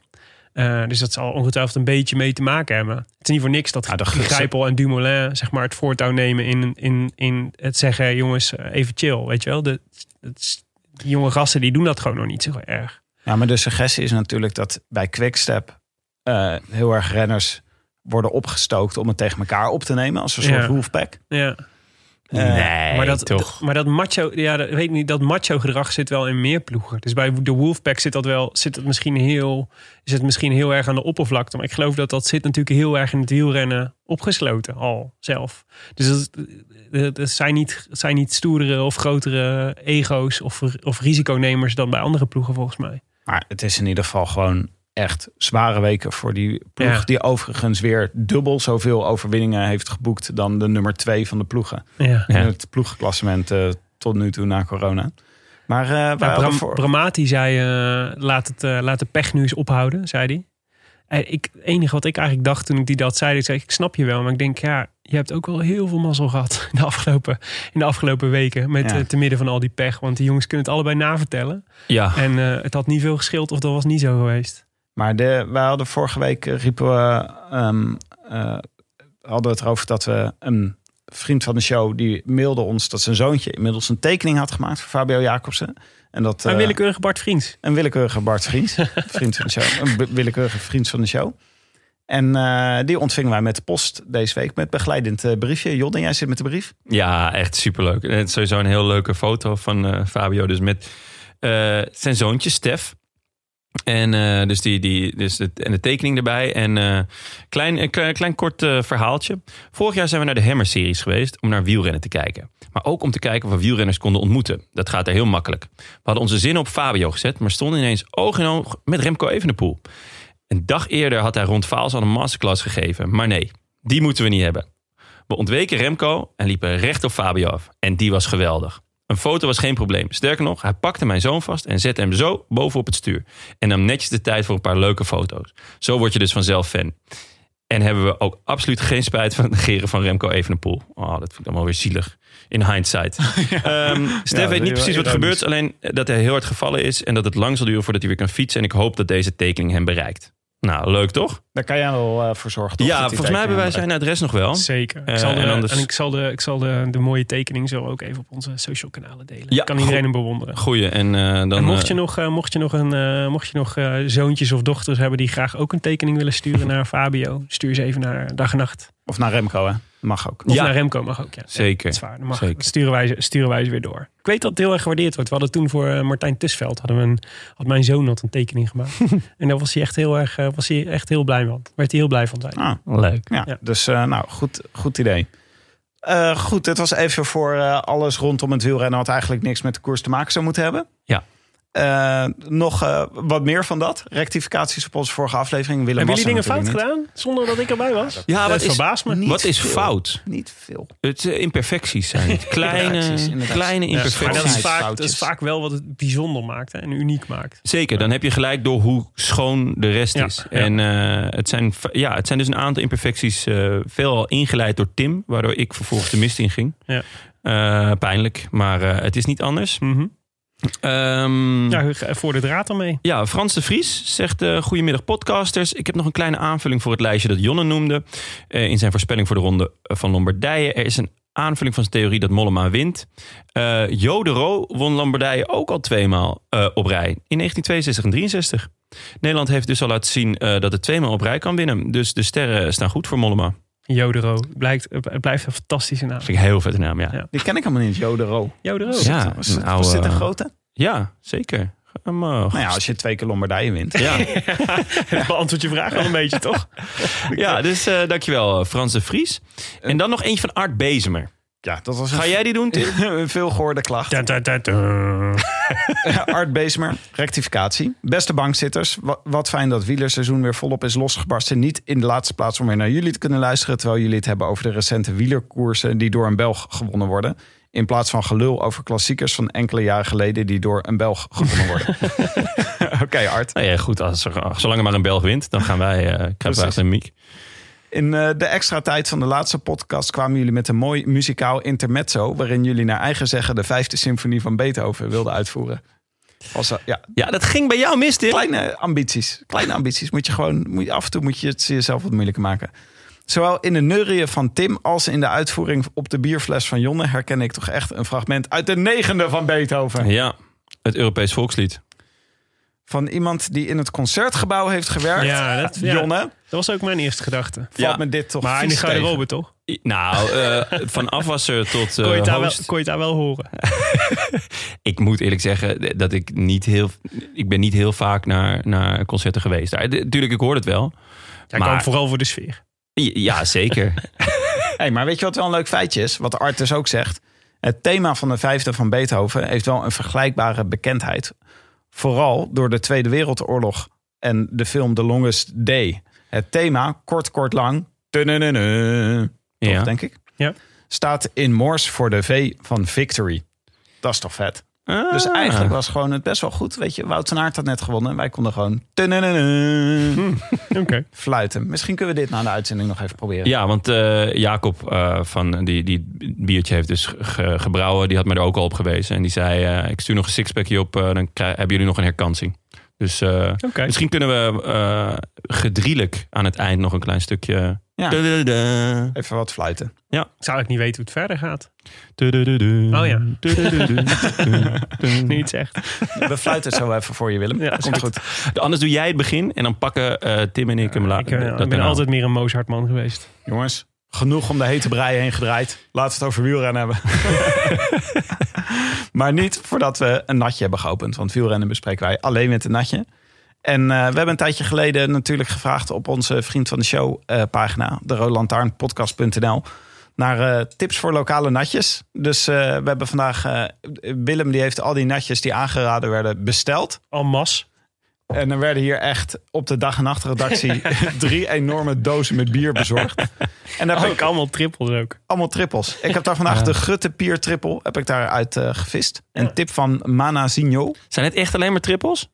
Eh, dus dat zal ongetwijfeld een beetje mee te maken hebben. Het is niet voor niks dat
Ja, de
Grijpel
geze-
en Dumoulin zeg maar, het voortouw nemen in, in, in het zeggen... jongens, eh, even chill, weet je wel. De, het is- die jonge gasten die doen dat gewoon nog niet zo erg.
Ja, maar de suggestie is natuurlijk dat bij Quickstep eh heel erg renners worden opgestookt om het tegen elkaar op te nemen als een soort
Ja.
wolfpack.
Ja.
Eh,
nee,
maar dat,
toch.
d- Maar dat macho, ja, dat, weet ik niet, dat macho gedrag zit wel in meer ploegen. Dus bij de Wolfpack zit dat wel, zit het misschien heel, is het misschien heel erg aan de oppervlakte. Maar ik geloof dat dat zit natuurlijk heel erg in het wielrennen opgesloten al zelf. Dus dat, dat- dat zijn, niet, het zijn niet stoerdere of grotere ego's of, of risiconemers dan bij andere ploegen volgens mij.
Maar het is in ieder geval gewoon echt zware weken voor die ploeg.
Ja.
Die overigens weer dubbel zoveel overwinningen heeft geboekt dan de nummer twee van de ploegen.
Ja.
Ja.
In het ploegklassement eh, tot nu toe na corona. Maar, eh wij
Maar
hadden
Bram,
voor-
Bramati zei, eh, laat, het, eh, laat de pech nu eens ophouden, zei hij. En ik, het enige wat ik eigenlijk dacht toen ik die dat zei, ik zei, ik snap je wel. Maar ik denk, ja, je hebt ook wel heel veel mazzel gehad in de afgelopen, in de afgelopen weken. Met,
Ja.
eh, te midden van al die pech. Want die jongens kunnen het allebei navertellen.
Ja.
En eh, het had niet veel geschild of dat was niet zo geweest.
Maar de, wij hadden vorige week eh, riepen we, ehm, eh, hadden we het erover dat we een vriend van de show die mailde ons dat zijn zoontje inmiddels een tekening had gemaakt voor Fabio Jacobsen. En dat,
Maar
eh,
willekeurig Bart Vriends.
Een willekeurige Bart Vriend. vriend van de show. Een be- willekeurige vriend van de show. En eh, die ontvingen wij met de post deze week. Met begeleidend eh, briefje. Jodden, jij zit met de brief.
Ja, echt superleuk. En het is sowieso een heel leuke foto van eh, Fabio. Dus met eh, zijn zoontje, Stef. En, eh, dus die, die, dus het, en de tekening erbij. En eh, klein, een klein, klein kort eh, verhaaltje. Vorig jaar zijn we naar de Hammer-series geweest om naar wielrennen te kijken. Maar ook om te kijken of we wielrenners konden ontmoeten. Dat gaat er heel makkelijk. We hadden onze zin op Fabio gezet, maar stonden ineens oog in oog met Remco Evenepoel. Een dag eerder had hij rond Vaals al een masterclass gegeven. Maar nee, die moeten we niet hebben. We ontweken Remco en liepen recht op Fabio af. En die was geweldig. Een foto was geen probleem. Sterker nog, hij pakte mijn zoon vast en zette hem zo bovenop het stuur. En nam netjes de tijd voor een paar leuke foto's. Zo word je dus vanzelf fan. En hebben we ook absoluut geen spijt van het negeren van Remco Evenepoel. Oh, dat vind ik allemaal weer zielig. In hindsight. Ehm, Stef
Ja,
weet niet
wel
precies wat er
ironisch.
gebeurt. Alleen dat hij heel hard gevallen is. En dat het lang zal duren voordat hij weer kan fietsen. En ik hoop dat deze tekening hem bereikt. Nou, leuk toch?
Daar kan jij wel eh, voor zorgen. toch? Dat
ja,
die
volgens mij hebben wij
tekening
zijn adres nog wel.
Zeker.
Eh,
ik zal de,
en
en,
anders-
ik zal de, ik zal de, de mooie tekening zo ook even op onze social kanalen delen.
Ja,
kan iedereen
goed.
hem bewonderen.
Goeie. En, eh, dan,
En mocht, je
eh,
nog, eh, mocht je nog, een, eh, mocht je nog eh, zoontjes of dochters hebben die graag ook een tekening willen sturen naar Fabio, stuur ze even naar Dag en Nacht.
Of naar Remco, hè? Mag ook.
Of
Ja.
naar Remco mag ook. Ja. Ja,
Zeker.
Dat is waar. Dat mag.
Zeker.
Dat Sturen, wij, ze- sturen wij ze weer door. Ik weet dat het heel erg gewaardeerd wordt. We hadden toen voor eh, Martijn Tusveld, hadden we een, had mijn zoon had een tekening gemaakt. en daar was hij echt heel erg eh, was hij echt heel blij van. Werd hij heel blij van zijn.
Ah,
Leuk.
ja.
Ja.
Dus eh, nou, goed, goed idee. Eh, goed, dit was even voor eh, alles rondom het wielrennen... wat eigenlijk niks met de koers te maken zou moeten hebben.
Ja.
eh, nog eh, wat meer van dat. Rectificaties op onze vorige aflevering. Willem
Hebben
was
jullie dingen
er
fout
natuurlijk
gedaan zonder dat ik erbij was?
Ja,
dat
wat is,
verbaast me.
niet.
wat is
veel.
fout?
Niet veel.
Het eh, imperfecties zijn het.
Imperfecties,
Kleine,
inderdaad.
kleine
Ja, maar
Maar dat is,
imperfecties.
vaak, dat
Foutjes.
is vaak wel wat het bijzonder maakt hè, en uniek maakt.
Zeker, dan heb je gelijk door hoe schoon de rest
Ja,
is.
ja.
En eh, het, zijn, va- ja, het zijn dus een aantal imperfecties, eh veelal ingeleid door Tim, waardoor ik vervolgens de mist in ging.
Ja.
pijnlijk, maar eh, het is niet anders. Ehm, ja.
Ja, voor de draad ermee.
Frans de Vries zegt: eh Goedemiddag, podcasters. Ik heb nog een kleine aanvulling voor het lijstje dat Jonne noemde eh, in zijn voorspelling voor de ronde eh, van Lombardije. Er is een aanvulling van zijn theorie dat Mollema wint. Eh Jodero won Lombardije ook al tweemaal eh, op rij. In 1962 en 63. Nederland heeft dus al laten zien eh, dat het tweemaal op rij kan winnen. Dus de sterren staan goed voor Mollema.
Jodero. Blijkt, het blijft een fantastische naam.
Vind ik een heel vette naam, ja.
Ja.
Ja,
Die ken ik helemaal niet, Jodero.
Jodero.
Was
Ja,
dit- was,
een
dit-
oude-
was dit een grote?
zeker. Hem, eh,
Nou ja, als je twee keer Lombardije wint.
ja.
Dat beantwoordt je vraag wel een beetje, toch?
ja, dus eh, dankjewel eh, Frans de Vries. En dan nog eentje van Art Bezemer.
Ja, dat was een
Ga jij die doen, Tim?
Een veelgehoorde klacht.
Da, da, da, da.
Art Beesmer, rectificatie. Beste bankzitters, wa- wat fijn dat wielerseizoen weer volop is losgebarsten. Niet in de laatste plaats om weer naar jullie te kunnen luisteren... terwijl jullie het hebben over de recente wielerkoersen... die door een Belg gewonnen worden. In plaats van gelul over klassiekers van enkele jaren geleden... die door een Belg gewonnen worden. Oké, Art.
Nou ja, goed, als er, zolang er maar een Belg wint, dan gaan wij uh,
Precies.
Kruipwaard en Miek.
In eh, de extra tijd van de laatste podcast kwamen jullie met een mooi muzikaal intermezzo... waarin jullie naar eigen zeggen de vijfde symfonie van Beethoven wilden uitvoeren. Was, dat- ja,
Ja, dat ging bij jou mis, Tim.
Kleine ambities. Kleine ambities. Moet je gewoon, moet, je- af en toe moet je het jezelf wat moeilijker maken. Zowel in de neurieën van Tim als in de uitvoering op de bierfles van Jonne herken ik toch echt een fragment uit de negende van Beethoven.
Ja, het Europees volkslied.
Van iemand die in het concertgebouw heeft gewerkt.
Ja, dat- ja.
Jonne,
Dat was ook mijn eerste gedachte.
valt
Ja.
me dit toch
Maar in de
vies tegen.
garderobe, toch?
I- Nou, eh, van afwasser tot eh
Kon je, het daar wel,
host.
kon je het daar wel horen?
Ik moet eerlijk zeggen dat ik niet heel... Ik ben niet heel vaak naar, naar concerten geweest. Daar, de- tuurlijk, ik hoor het wel.
Jij
Maar-
kwam vooral voor de sfeer.
I- Ja, zeker.
Hey, maar weet je wat wel een leuk feitje is? Wat Art dus ook zegt. Het thema van de vijfde van Beethoven heeft wel een vergelijkbare bekendheid. Vooral door de Tweede Wereldoorlog en de film The Longest Day. Het thema, kort, kort, lang, tunenene, toch,
ja.
denk ik,
Ja.
staat in Morse voor de V van Victory. Dat is toch vet?
Ah.
Dus eigenlijk was gewoon het best wel goed. Weet je, Wout van Aert had net gewonnen. en Wij konden gewoon
Hm.
tunenene
Oké.
fluiten. Misschien kunnen we dit na de uitzending nog even proberen.
Ja, want eh, Jacob eh, van die, die biertje heeft dus ge- gebrouwen. Die had mij er ook al op gewezen. En die zei, eh, ik stuur nog een sixpackje op. eh, dan krij- hebben jullie nog een herkansing. Dus eh,
Oké.
misschien kunnen we eh gedrielijk aan het eind nog een klein stukje...
Ja.
Tudududu.
Even wat fluiten.
Ik zou eigenlijk niet weten hoe het verder gaat.
Tudududu.
Oh ja.
Tudududu.
Niet echt.
We fluiten het zo even voor je, Willem.
Ja, is
Komt goed.
Anders doe jij het begin en dan pakken eh, Tim en ik hem
Ik
later.
eh,
dat
ben
daarna.
altijd meer een Mozartman geweest.
Jongens, genoeg om de hete brei heen gedraaid. Laten we het over wielrennen hebben. maar niet voordat we een natje hebben geopend. Want wielrennen bespreken wij alleen met een natje. En eh, we hebben een tijdje geleden natuurlijk gevraagd op onze Vriend van de Show eh, pagina. De roodlantaarnpodcast.nl naar eh, tips voor lokale natjes. Dus eh, we hebben vandaag... eh, Willem die heeft al die natjes die aangeraden werden besteld.
Almas.
En er werden hier echt op de dag- en nachtredactie drie enorme dozen met bier bezorgd. En daar heb
Oh,
ik
ik allemaal trippels ook.
allemaal trippels. Ik heb daar vandaag de Gutte Pier trippel heb ik daaruit eh, gevist. Een tip van Manazinho.
Zijn het echt alleen maar trippels?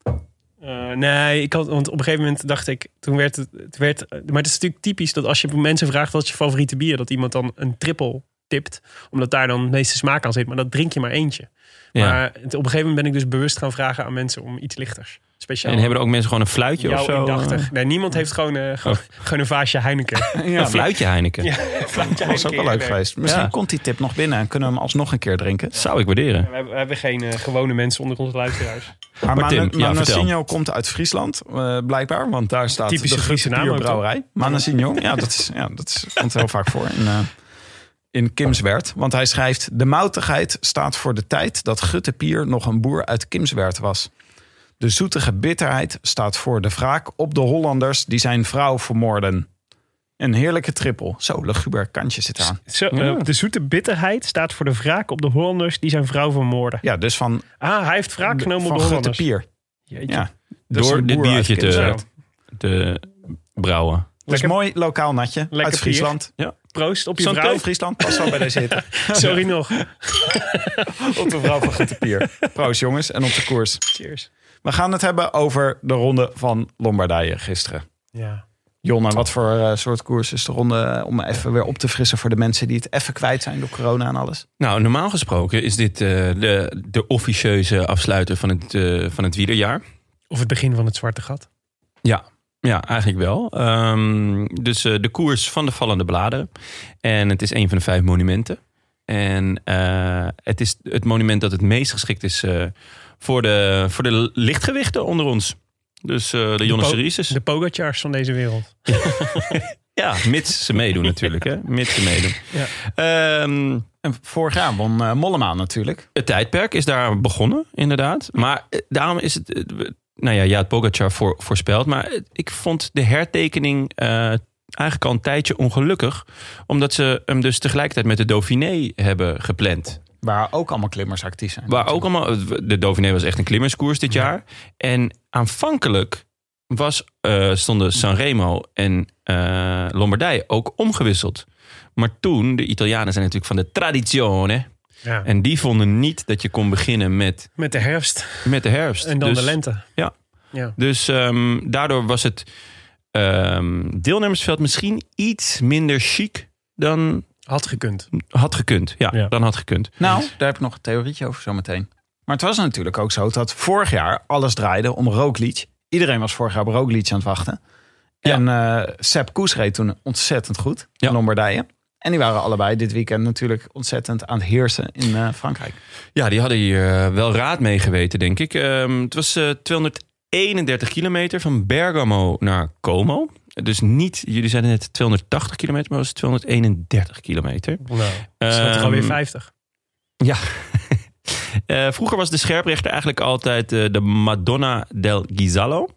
Eh, nee, ik had, want op een gegeven moment dacht ik, toen werd het, het werd, maar het is natuurlijk typisch dat als je mensen vraagt wat is je favoriete bier, dat iemand dan een triple tipt, omdat daar dan het meeste smaak aan zit, maar dat drink je maar eentje.
Ja.
Maar het- op een gegeven moment ben ik dus bewust gaan vragen aan mensen om iets lichters. Speciaal.
En hebben er ook mensen gewoon een fluitje
jou
of zo?
indachtig. Nee, niemand heeft gewoon, eh, gewoon, gewoon een vaasje Heineken.
Een fluitje Heineken.
dat
Dat was ook wel leuk geweest. Misschien
Ja.
komt die tip nog binnen en kunnen we hem alsnog een keer drinken.
Zou ik waarderen.
We hebben, we hebben geen eh, gewone mensen onder onze luisteraars.
Maar,
Maar Tim,
Mana-
ja, vertel.
Manazinho komt uit Friesland, eh, blijkbaar. Want daar staat
Typische
de
Friese
Gutte
naam ook,
Pier brouwerij. Manazinho, ja, dat, is, ja, dat is, komt heel vaak voor. In, eh in Kimswert. Want hij schrijft... De moutigheid staat voor de tijd dat Gutte Pier nog een boer uit Kimswert was. De zoetige bitterheid staat voor de wraak op de Hollanders... die zijn vrouw vermoorden. Een heerlijke trippel. Zo, luguber kantje zit aan.
Zo, eh, de zoete bitterheid staat voor de wraak op de Hollanders die zijn vrouw vermoorden.
Ja, dus van,
Ah, hij heeft wraak genomen op
van
de Hollanders.
Grote Pier.
Jeetje.
Ja. Dat is
Door
een
dit
boer
biertje
eigenlijk,
te, te
inderdaad.
brouwen.
Dat is
Lekker-
mooi lokaal natje uit
bier.
Friesland.
Proost op je
Zo'n
vrouw.
keu Friesland past wel bij deze hitte.
Sorry nog.
Op de vrouw van Grote Pier. Proost jongens en op de koers.
Cheers.
We gaan het hebben over de ronde van Lombardije gisteren.
Ja.
Jonne, wat voor eh, soort koers is de ronde eh, om even weer op te frissen voor de mensen die het even kwijt zijn door corona en alles?
Nou, normaal gesproken is dit eh, de, de officieuze afsluiter van het, eh, van het wielerjaar.
Of het begin van het zwarte gat.
Ja, ja eigenlijk wel. Ehm, dus eh, de koers van de vallende bladeren. En het is een van de vijf monumenten. En eh, het is het monument dat het meest geschikt is eh, voor, de, voor de lichtgewichten onder ons. Dus eh, de Jonas
po-
Rises.
De Pogachars van deze wereld.
Ja, mits ze meedoen natuurlijk. Hè? Mits ze meedoen.
Ja.
Ehm,
En vorig jaar won eh, Mollema natuurlijk.
het tijdperk is daar begonnen, inderdaad. Maar eh, daarom is het... eh, we- Nou ja, ja, het Pogacar voor, voorspeld. Maar eh, ik vond de hertekening eh, eigenlijk al een tijdje ongelukkig. Omdat ze hem dus tegelijkertijd met de Dauphiné hebben gepland.
Waar ook allemaal klimmers actief zijn.
Waar ook allemaal... De Dauphiné was echt een klimmerskoers dit jaar. En aanvankelijk was, eh, stonden Sanremo en eh Lombardij ook omgewisseld. Maar toen, de Italianen zijn natuurlijk van de tradizione.
Ja.
En die vonden niet dat je kon beginnen met,
Met de herfst
met de herfst.
en dan
dus,
de lente.
ja.
ja.
Dus ehm, daardoor was het ehm, deelnemersveld misschien iets minder chic dan
Had gekund.
had gekund. Ja,
Ja.
dan had gekund.
Nou, daar heb ik nog een theorietje over zometeen. Maar het was natuurlijk ook zo dat vorig jaar alles draaide om Roglic. Iedereen was vorig jaar op Roglic aan het wachten.
Ja.
En eh Sepp Koes reed toen ontzettend goed
Ja.
in Lombardije. En die waren allebei dit weekend natuurlijk ontzettend aan het heersen in eh, Frankrijk.
Ja, die hadden hier eh, wel raad mee geweten, denk ik. Ehm, het was eh, 231 kilometer van Bergamo naar Como. Dus niet, jullie zeiden net 280 kilometer, maar het was 231 kilometer.
Nou, is dat toch
Ehm,
alweer 50?
Ja. Eh, vroeger was de scherprechter eigenlijk altijd eh, de Madonna del Ghisallo.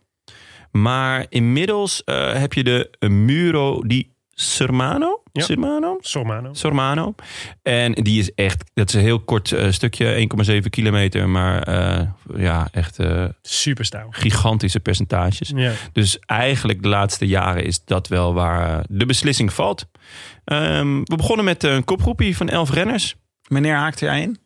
Maar inmiddels eh, heb je de Muro di Sermano.
Ja.
Sermano?
Sormano.
Sormano. En die is echt, dat is een heel kort eh, stukje, 1,7 kilometer. Maar eh, ja, echt eh,
Super stouw.
gigantische percentages.
Ja.
Dus eigenlijk de laatste jaren is dat wel waar eh, de beslissing valt. Ehm, we begonnen met een kopgroepie van elf renners.
Meneer, haakte jij in?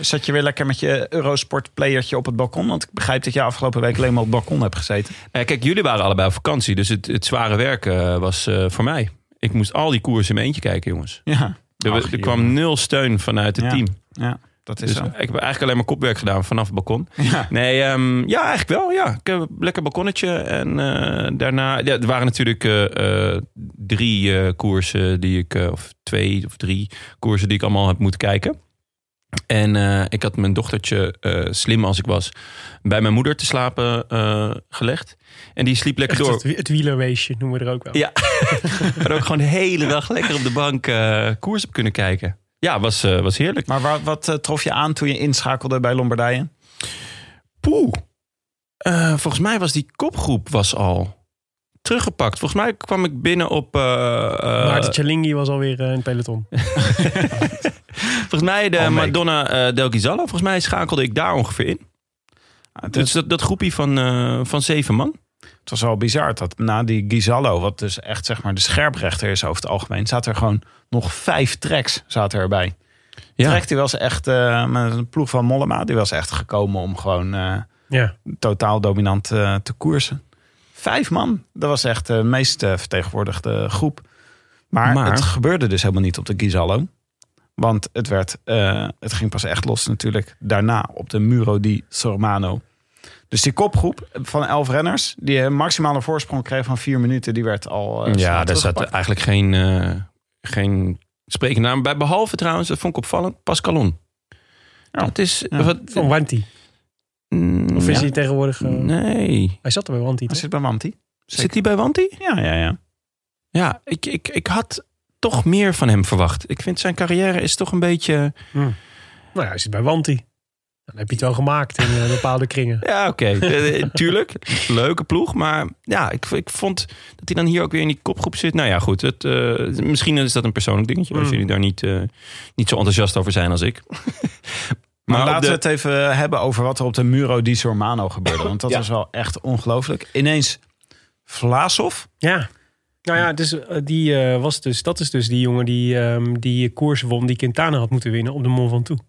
Zat je weer lekker met je Eurosport-playertje op het balkon? Want ik begrijp dat je afgelopen week alleen maar op het balkon hebt gezeten.
Eh, kijk, jullie waren allebei op vakantie, dus het, het zware werk eh, was eh, voor mij. Ik moest al die koersen in mijn eentje kijken, jongens.
Ja,
Er,
Ach,
er
joh.
kwam nul steun vanuit het
Ja,
team.
ja dat is
Dus eh,
zo.
ik heb eigenlijk alleen maar kopwerk gedaan vanaf het balkon.
Ja.
Nee, ehm, ja, eigenlijk wel. Ja. Ik heb een lekker balkonnetje. En eh, daarna, ja, er waren natuurlijk eh, eh, drie eh, koersen die ik, eh, of twee of drie koersen die ik allemaal heb moeten kijken. En eh, ik had mijn dochtertje, eh, slim als ik was, bij mijn moeder te slapen eh, gelegd. En die sliep lekker
Echt
door.
het, wi- het wielerweesje noemen we er ook wel.
Ja. Maar ook gewoon de hele dag lekker op de bank eh, koers op kunnen kijken. Ja, was, eh, was heerlijk.
Maar wat, wat eh, trof je aan toen je inschakelde bij Lombardije?
Poeh. Eh, volgens mij was die kopgroep was al teruggepakt. Volgens mij kwam ik binnen op... eh, eh,
Maarten Chalingi was alweer eh, in het peloton.
volgens mij de
Almeek.
Madonna eh, del Ghisallo. Volgens mij schakelde ik daar ongeveer in.
Ah, het-
Dus dat, dat groepje van, eh, van zeven man.
Het was wel bizar dat na die Ghisallo, wat dus echt zeg maar de scherprechter is over het algemeen, zaten er gewoon nog vijf tracks zaten erbij.
Ja.
Trek die was echt, eh, met een ploeg van Mollema, die was echt gekomen om gewoon eh,
Ja.
totaal dominant eh, te koersen. Vijf man, dat was echt de meest eh, vertegenwoordigde groep. Maar,
Maar-
het gebeurde dus helemaal niet op de Ghisallo. Want het, werd, eh, het ging pas echt los natuurlijk daarna op de Muro di Sormano. Dus die kopgroep van elf renners, die een maximale voorsprong kreeg van vier minuten, die werd al. eh, snel
ja, daar zat
teruggepakt.
eigenlijk geen, eh geen sprekende naam bij. Behalve trouwens, dat vond ik opvallend, Pascalon.
Oh.
Ja.
Dat is...
Ja.
Wat,
Van Wanti.
Mm,
Of
ja.
is hij tegenwoordig... eh,
Nee.
Hij zat er bij Wanti.
Dat
toch?
zit bij Manti. Zeker.
Zit hij bij Wanti?
Ja, ja, ja.
Ja, ik, ik, ik had toch meer van hem verwacht. Ik vind zijn carrière is toch een beetje...
Nou ja, hij zit bij Wanti. Dan heb je het wel gemaakt in eh, bepaalde kringen.
Ja, oké. Eh, Tuurlijk. Leuke ploeg. Maar ja, ik, ik vond dat hij dan hier ook weer in die kopgroep zit. Nou ja, goed. Het, eh, misschien is dat een persoonlijk dingetje.
Mm.
Als jullie daar niet, eh, niet zo enthousiast over zijn als ik.
Maar,
op
laten
de-
we het even hebben over wat er op de Muro di Sormano gebeurde. Want dat was wel echt ongelooflijk. Ineens Vlaasov.
Ja. Nou ja, dus, eh, die, eh, was dus, dat is dus die jongen die ehm, die koers won die Quintana had moeten winnen op de Mont Ventoux.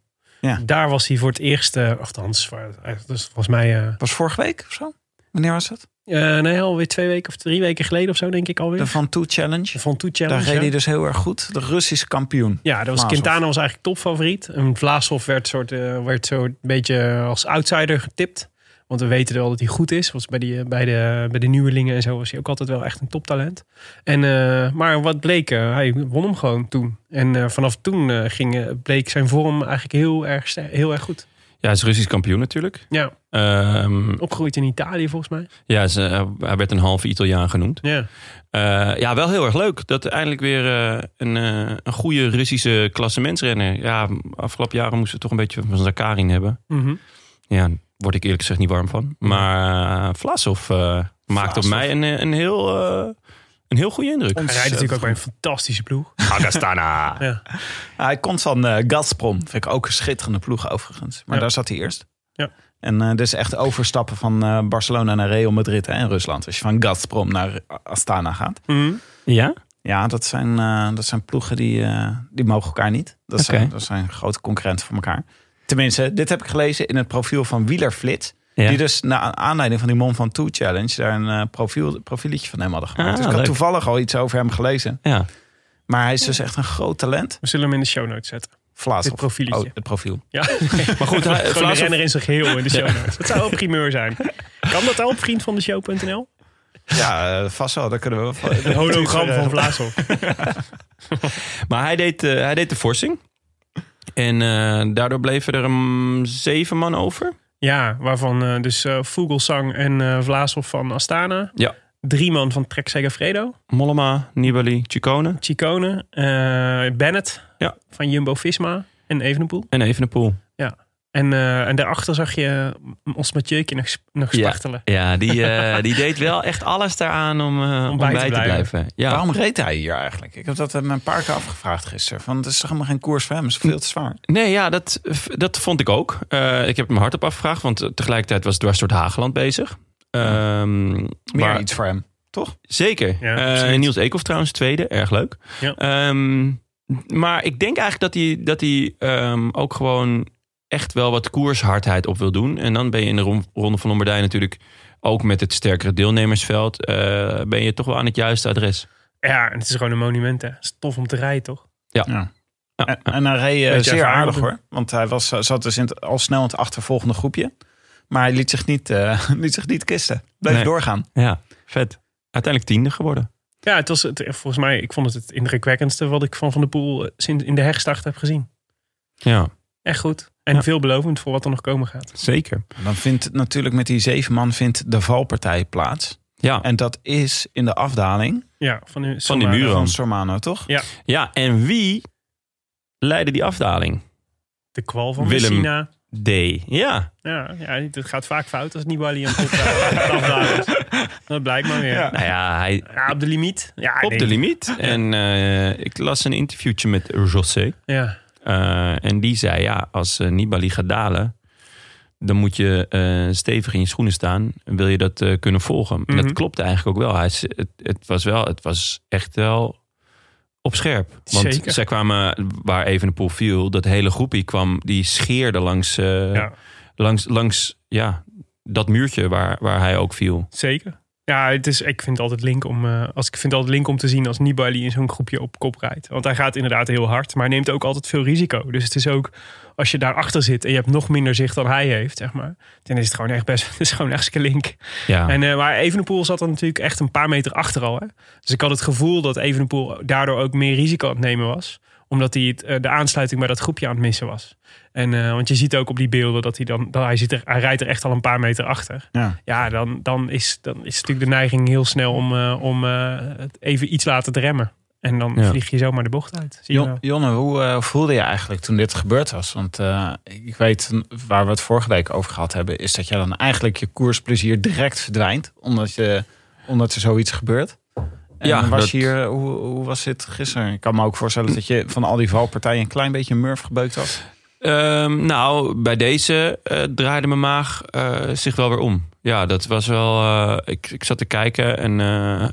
Ja.
Daar was hij voor het eerst, eh, althans, voor- eh, dus volgens mij eh
Was vorige week of zo? Wanneer was dat?
eh, nee, alweer twee weken of drie weken geleden of zo, denk ik alweer.
De Van Toe Challenge.
De Van Toe
Daar
Challenge.
reed
ja.
hij dus heel erg goed. De Russische kampioen.
Ja, dat was
Vlaashoff.
Quintana was eigenlijk topfavoriet. En Vlaashoff werd, soort, eh, werd zo een beetje als outsider getipt. Want we weten wel dat hij goed is. Was bij, die, eh, bij, de, bij de nieuwelingen en zo was hij ook altijd wel echt een toptalent. En, eh, maar wat bleek, eh, hij won hem gewoon toen. En eh, vanaf toen eh, ging, eh, bleek zijn vorm eigenlijk heel erg, ster- heel erg goed.
Ja, hij is Russisch kampioen natuurlijk.
Ja,
Ehm,
opgegroeid in Italië volgens mij.
ja, ze- hij werd een halve Italiaan genoemd.
Ja,
Eh, ja, wel heel erg leuk dat er eindelijk weer eh, een, eh, een goede Russische klassementsrenner. Ja, afgelopen jaren moesten we toch een beetje van Zakarin hebben.
Mhm.
Ja, word ik eerlijk gezegd niet warm van. Maar eh, Vlasov eh, maakt op
Vlasov.
mij een, eh, een, heel, eh, een heel goede indruk.
hij rijdt natuurlijk ook bij een fantastische ploeg.
Agastana.
Ja.
Hij komt van eh, Gazprom. Vind ik ook een schitterende ploeg overigens. Maar
Ja.
daar zat hij eerst.
Ja.
En eh dus echt overstappen van eh, Barcelona naar Real Madrid hè, en Rusland. Als je van Gazprom naar Astana gaat.
Mhm.
ja?
Ja, dat zijn, eh, dat zijn ploegen die, eh, die mogen elkaar niet. Dat,
Oké.
zijn, dat zijn grote concurrenten voor elkaar. Tenminste, dit heb ik gelezen in het profiel van Wieler Flits.
Ja.
Die dus naar aanleiding van die Mon van Toe Challenge... daar een eh, profiel, profieletje van hem hadden gemaakt.
Ah,
dus ik had
leuk.
toevallig al iets over hem gelezen.
ja.
Maar hij is dus echt een groot talent.
We zullen hem in de show notes zetten.
Vlaas.
Dit profieletje.
Oh, het profiel.
Ja, maar goed,
hij-
gewoon de
Vlaashoff-
renner in zijn geheel in de show notes. Dat zou een primeur zijn. Kan dat al op vriendvandeshow.nl?
Ja, eh, vast wel. Daar kunnen we wel van.
Een hologram
eh,
van Vlaashoff.
Maar hij deed, eh, hij deed de forsing. En eh, daardoor bleven er mm, zeven man over.
Ja, waarvan eh, dus eh, Vogelsang en eh Vlaashoff van Astana.
Ja.
Drie man van Trek Segafredo.
Mollema, Nibali, Ciccone
Chicone. eh, Bennett
Ja.
van Jumbo-Visma. En Evenepoel.
en Evenepoel.
En, eh, en daarachter zag je mm, ons Mathieuke nog, sp- nog spartelen.
Ja, die, eh, die deed wel echt alles daaraan om, eh, om bij te blijven. Ja.
Waarom reed hij hier eigenlijk? Ik heb dat hem een paar keer afgevraagd gisteren. Van, het is toch helemaal geen koers voor hem? Het is veel te zwaar.
Nee, ja, dat, dat vond ik ook. Eh, ik heb hem hardop afgevraagd, want eh, tegelijkertijd was Dwars door het Hageland bezig. Ehm,
Meer
maar-
iets voor hem.
Zeker.
Ja,
Eh,
absoluut.
Niels Eekhoff trouwens, tweede. Erg leuk.
Ja.
Ehm, maar ik denk eigenlijk dat hij, dat hij ehm, ook gewoon echt wel wat koershardheid op wil doen. En dan ben je in de ron- Ronde van Lombardije natuurlijk ook met het sterkere deelnemersveld... eh, ben je toch wel aan het juiste adres.
Ja, en het is gewoon een monument hè. Het is tof om te rijden toch?
Ja.
En, en hij reed eh,
Beetje
zeer
ervaring
aardig
doen.
hoor. Want hij was, eh, zat dus in het, al snel in het achtervolgende groepje. Maar hij liet zich niet, eh, liet zich niet kisten. Bleef
Nee.
doorgaan.
Ja, vet. Uiteindelijk tiende geworden.
Ja, het was het, eh, volgens mij, ik vond het het indrukwekkendste wat ik van Van der Poel eh, sinds in de herstart heb gezien.
Ja,
Echt goed. En
Ja.
veelbelovend voor wat er nog komen gaat.
zeker.
En Dan vindt natuurlijk met die zeven man vindt de valpartij plaats.
Ja.
En dat is in de afdaling
Ja, van, de
Van die muren.
van Sormano, toch?
Ja, en wie leidde die afdaling?
De kwal van
Willem.
Messina.
D. Ja.
Ja, ja, het gaat vaak fout als Nibali aan top eh, afdaalt is. Dat blijkt maar weer. Ja.
Nou ja, hij
op de limiet. Ja,
op
nee.
de limiet. En eh, ik las een interviewtje met José.
Ja.
Eh, en die zei, ja, als eh, Nibali gaat dalen... dan moet je eh, stevig in je schoenen staan. Wil je dat eh, kunnen volgen? En
Mhm.
dat klopte eigenlijk ook wel. Hij, is- het, het was wel. Het was echt wel op scherp. Want
Zeker.
zij kwamen, waar even de poel viel... dat hele groepje kwam, die scheerde langs... eh,
Ja.
langs, langs ja, dat muurtje waar, waar hij ook viel.
Zeker. Ja, het is, ik vind het altijd link om, eh, als, ik vind het altijd link om te zien als Nibali in zo'n groepje op kop rijdt. Want hij gaat inderdaad heel hard, maar hij neemt ook altijd veel risico. Dus het is ook, als je daarachter zit en je hebt nog minder zicht dan hij heeft, zeg maar. Dan is het gewoon echt best, het is gewoon echt een link.
Ja.
En, eh, maar Evenepoel zat er natuurlijk echt een paar meter achter al. Hè? Dus ik had het gevoel dat Evenepoel daardoor ook meer risico aan het nemen was. Omdat hij het, eh, de aansluiting bij dat groepje aan het missen was. En, eh, want je ziet ook op die beelden dat hij dan... Dat hij, zit er, hij rijdt er echt al een paar meter achter.
Ja.
Ja, dan, dan, is, dan is natuurlijk de neiging heel snel om, eh, om eh, het even iets laten te remmen. En dan
Ja.
vlieg je zomaar de bocht uit. Zie je
Jon-
wel.
Jonne, hoe eh, voelde je eigenlijk toen dit gebeurd was? Want eh, ik weet, waar we het vorige week over gehad hebben, is dat je dan eigenlijk je koersplezier direct verdwijnt. Omdat, je, omdat er zoiets gebeurt. En
Ja,
was
dat-
hier, eh, hoe, hoe was dit gisteren? Ik kan me ook voorstellen dat je van al die valpartijen een klein beetje murf gebeukt had.
Ehm, nou, bij deze eh, draaide mijn maag eh, zich wel weer om. Ja, dat was wel. eh, ik, ik zat te kijken en eh, eh,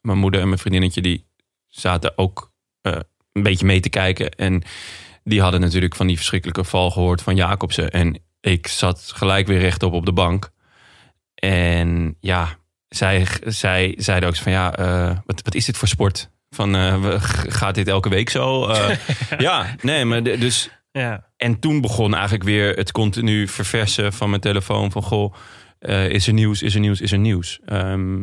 mijn moeder en mijn vriendinnetje die zaten ook eh, een beetje mee te kijken. En die hadden natuurlijk van die verschrikkelijke val gehoord van Jacobsen. En ik zat gelijk weer rechtop op de bank. En ja, zij, zij zeiden ook zo van ja, eh, wat, wat is dit voor sport? Van eh, we- g- gaat dit elke week zo? Eh, ja, nee, maar de- dus
Ja.
en toen begon eigenlijk weer het continu verversen van mijn telefoon. Van goh, eh, is er nieuws, is er nieuws, is er nieuws. Ehm,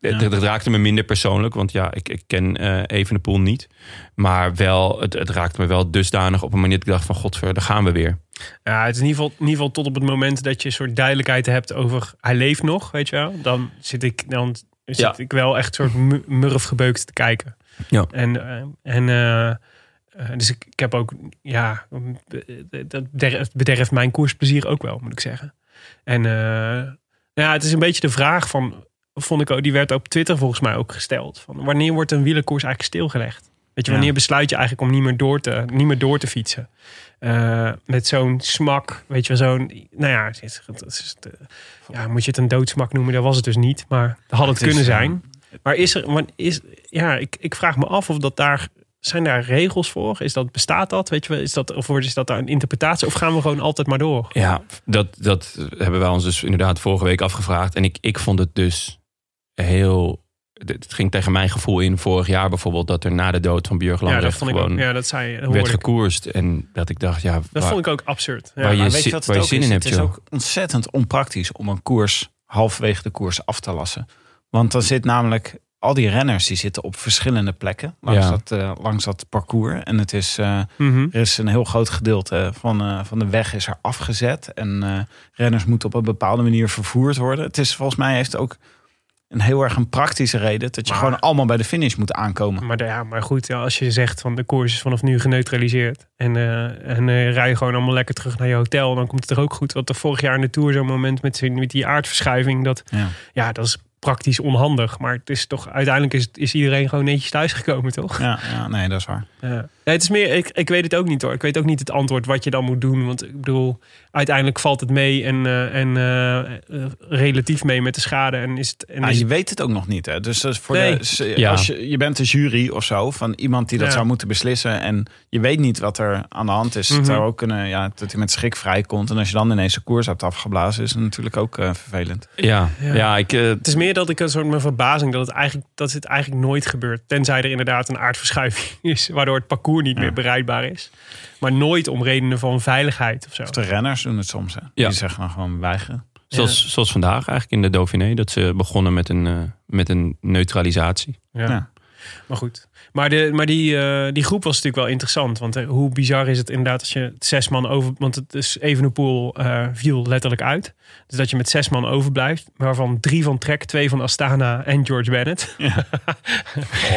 het- het, raakte me minder persoonlijk, want ja, ik, ik ken eh Evenepoel niet. Maar wel, het, het raakte me wel dusdanig op een manier dat ik dacht van godver, daar gaan we weer.
ja, het is in ieder, geval, in ieder geval tot op het moment dat je een soort duidelijkheid hebt over hij leeft nog, weet je wel. Dan zit ik, dan zit
Ja.
ik wel echt soort mu- murfgebeukt te kijken.
Ja.
En, eh, en eh, eh, dus ik, ik heb ook, ja, dat bederft, bederft mijn koersplezier ook wel, moet ik zeggen. En eh, nou ja, het is een beetje de vraag van, vond ik ook, die werd op Twitter volgens mij ook gesteld. Van wanneer wordt een wielerkoers eigenlijk stilgelegd? Weet je,
Ja.
wanneer besluit je eigenlijk om niet meer door te, niet meer door te fietsen? Eh, met zo'n smak, weet je wel, zo'n, nou ja, het is, het is- het, eh, ja, moet je het een doodsmak noemen? Dat was het dus niet, maar dat had het,
is,
kunnen
eh,
zijn. Maar is er, want is, ja, ik, ik vraag me af of dat daar. Zijn daar regels voor? Is dat, bestaat dat? Weet je wel, is dat, of wordt- is dat daar een interpretatie? Of gaan we gewoon altijd maar door?
Ja, dat, dat hebben wij ons dus inderdaad vorige week afgevraagd. En ik, ik vond het dus heel... Het ging tegen mijn gevoel in vorig jaar bijvoorbeeld... dat er na de dood van Björk
Ja, dat
Lambrecht
vond ik
gewoon
ook. Ja, dat zei je. Dat,
werd
hoorde ik.
gekoerst. En dat ik dacht, ja...
dat
waar-
vond ik ook absurd. Ja.
waar je
Maar
zin-
wat
waar je zin
is?
in hebt,
Het is
joh.
ook ontzettend onpraktisch om een koers halverwege de koers af te lassen. Want dan zit namelijk al die renners die zitten op verschillende plekken langs,
Ja.
dat, eh, langs dat parcours. En het is... eh,
Mhm.
Er is een heel groot gedeelte van, eh, van de weg is er afgezet. En eh, renners moeten op een bepaalde manier vervoerd worden. Het is volgens mij heeft het ook een heel erg een praktische reden. Dat je
Maar-
gewoon allemaal bij de finish moet aankomen.
Maar, de- ja, maar goed, ja, als je zegt van de koers is vanaf nu geneutraliseerd. En, eh, en eh, rij je gewoon allemaal lekker terug naar je hotel. Dan komt het er ook goed. Want er vorig jaar in de Tour zo'n moment met, z'n- met die aardverschuiving. Dat,
Ja.
ja, dat is praktisch onhandig. Maar het is toch, uiteindelijk is, is iedereen gewoon netjes thuisgekomen, toch?
Ja, ja, nee, dat is waar.
Ja. Nee, het is meer, ik, ik weet het ook niet hoor. Ik weet ook niet het antwoord wat je dan moet doen. Want ik bedoel, uiteindelijk valt het mee en, eh, en eh, eh, relatief mee met de schade. En is het, en
Maar
is
Ah, je weet het ook nog niet. Hè? Dus dat is voor
Nee.
de, ze-
Ja.
als je, je bent de jury of zo van iemand die dat
Ja.
zou moeten beslissen. En je weet niet wat er aan de hand is.
Mhm.
Het zou ook kunnen ja, dat hij met schrik vrijkomt. En als je dan ineens de koers hebt afgeblazen, is het natuurlijk ook eh, vervelend.
Ja,
Ja.
ja. ik, eh,
Het is meer dat ik een soort mijn verbazing dat het eigenlijk dat het eigenlijk nooit gebeurt, tenzij er inderdaad een aardverschuiving is, waardoor het parcours niet meer bereikbaar is, maar nooit om redenen van veiligheid of zo.
Of de renners doen het soms. Hè?
Ja.
Die zeggen dan gewoon weigeren.
zoals, zoals vandaag eigenlijk in de Dauphiné, dat ze begonnen met een, eh, met een neutralisatie.
Ja.
Ja.
Maar goed. Maar, de, maar die, eh, die groep was natuurlijk wel interessant. Want eh, hoe bizar is het inderdaad als je het zes man over... Want het is Evenepoel eh viel letterlijk uit. Dus dat je met zes man overblijft. Waarvan drie van Trek, twee van Astana en George Bennett.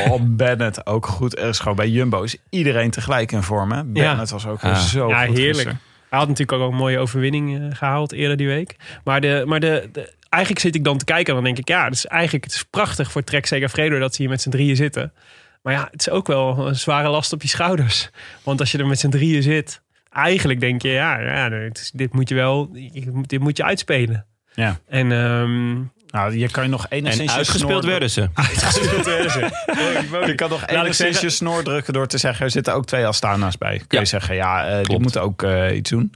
Oh, Bennett ook goed. Er is gewoon bij Jumbo is iedereen tegelijk in vorm. Hè? Bennett was ook
Ja.
zo
ja,
goed
heerlijk.
gisteren.
Hij had natuurlijk ook een mooie overwinning eh, gehaald eerder die week. Maar, de, maar de, de- eigenlijk zit ik dan te kijken en dan denk ik... Ja, het is eigenlijk het is prachtig voor Trek Segafredo dat ze hier met z'n drieën zitten. Maar ja, het is ook wel een zware last op je schouders. Want als je er met z'n drieën zit... Eigenlijk denk je, ja, ja het is- dit moet je wel... Dit moet je uitspelen.
Ja.
En ehm,
Nou, je kan je nog enigszins...
En
je
uitgespeeld
snor-
werden
Ah.
ze.
Uitgespeeld werden ze. Je kan nog
ik
enigszins
Oh, zeggen-
je snor drukken door te zeggen... er zitten ook twee Astana's bij. Kun
Ja.
je zeggen, ja, eh, die
Klopt.
moeten ook eh, iets doen.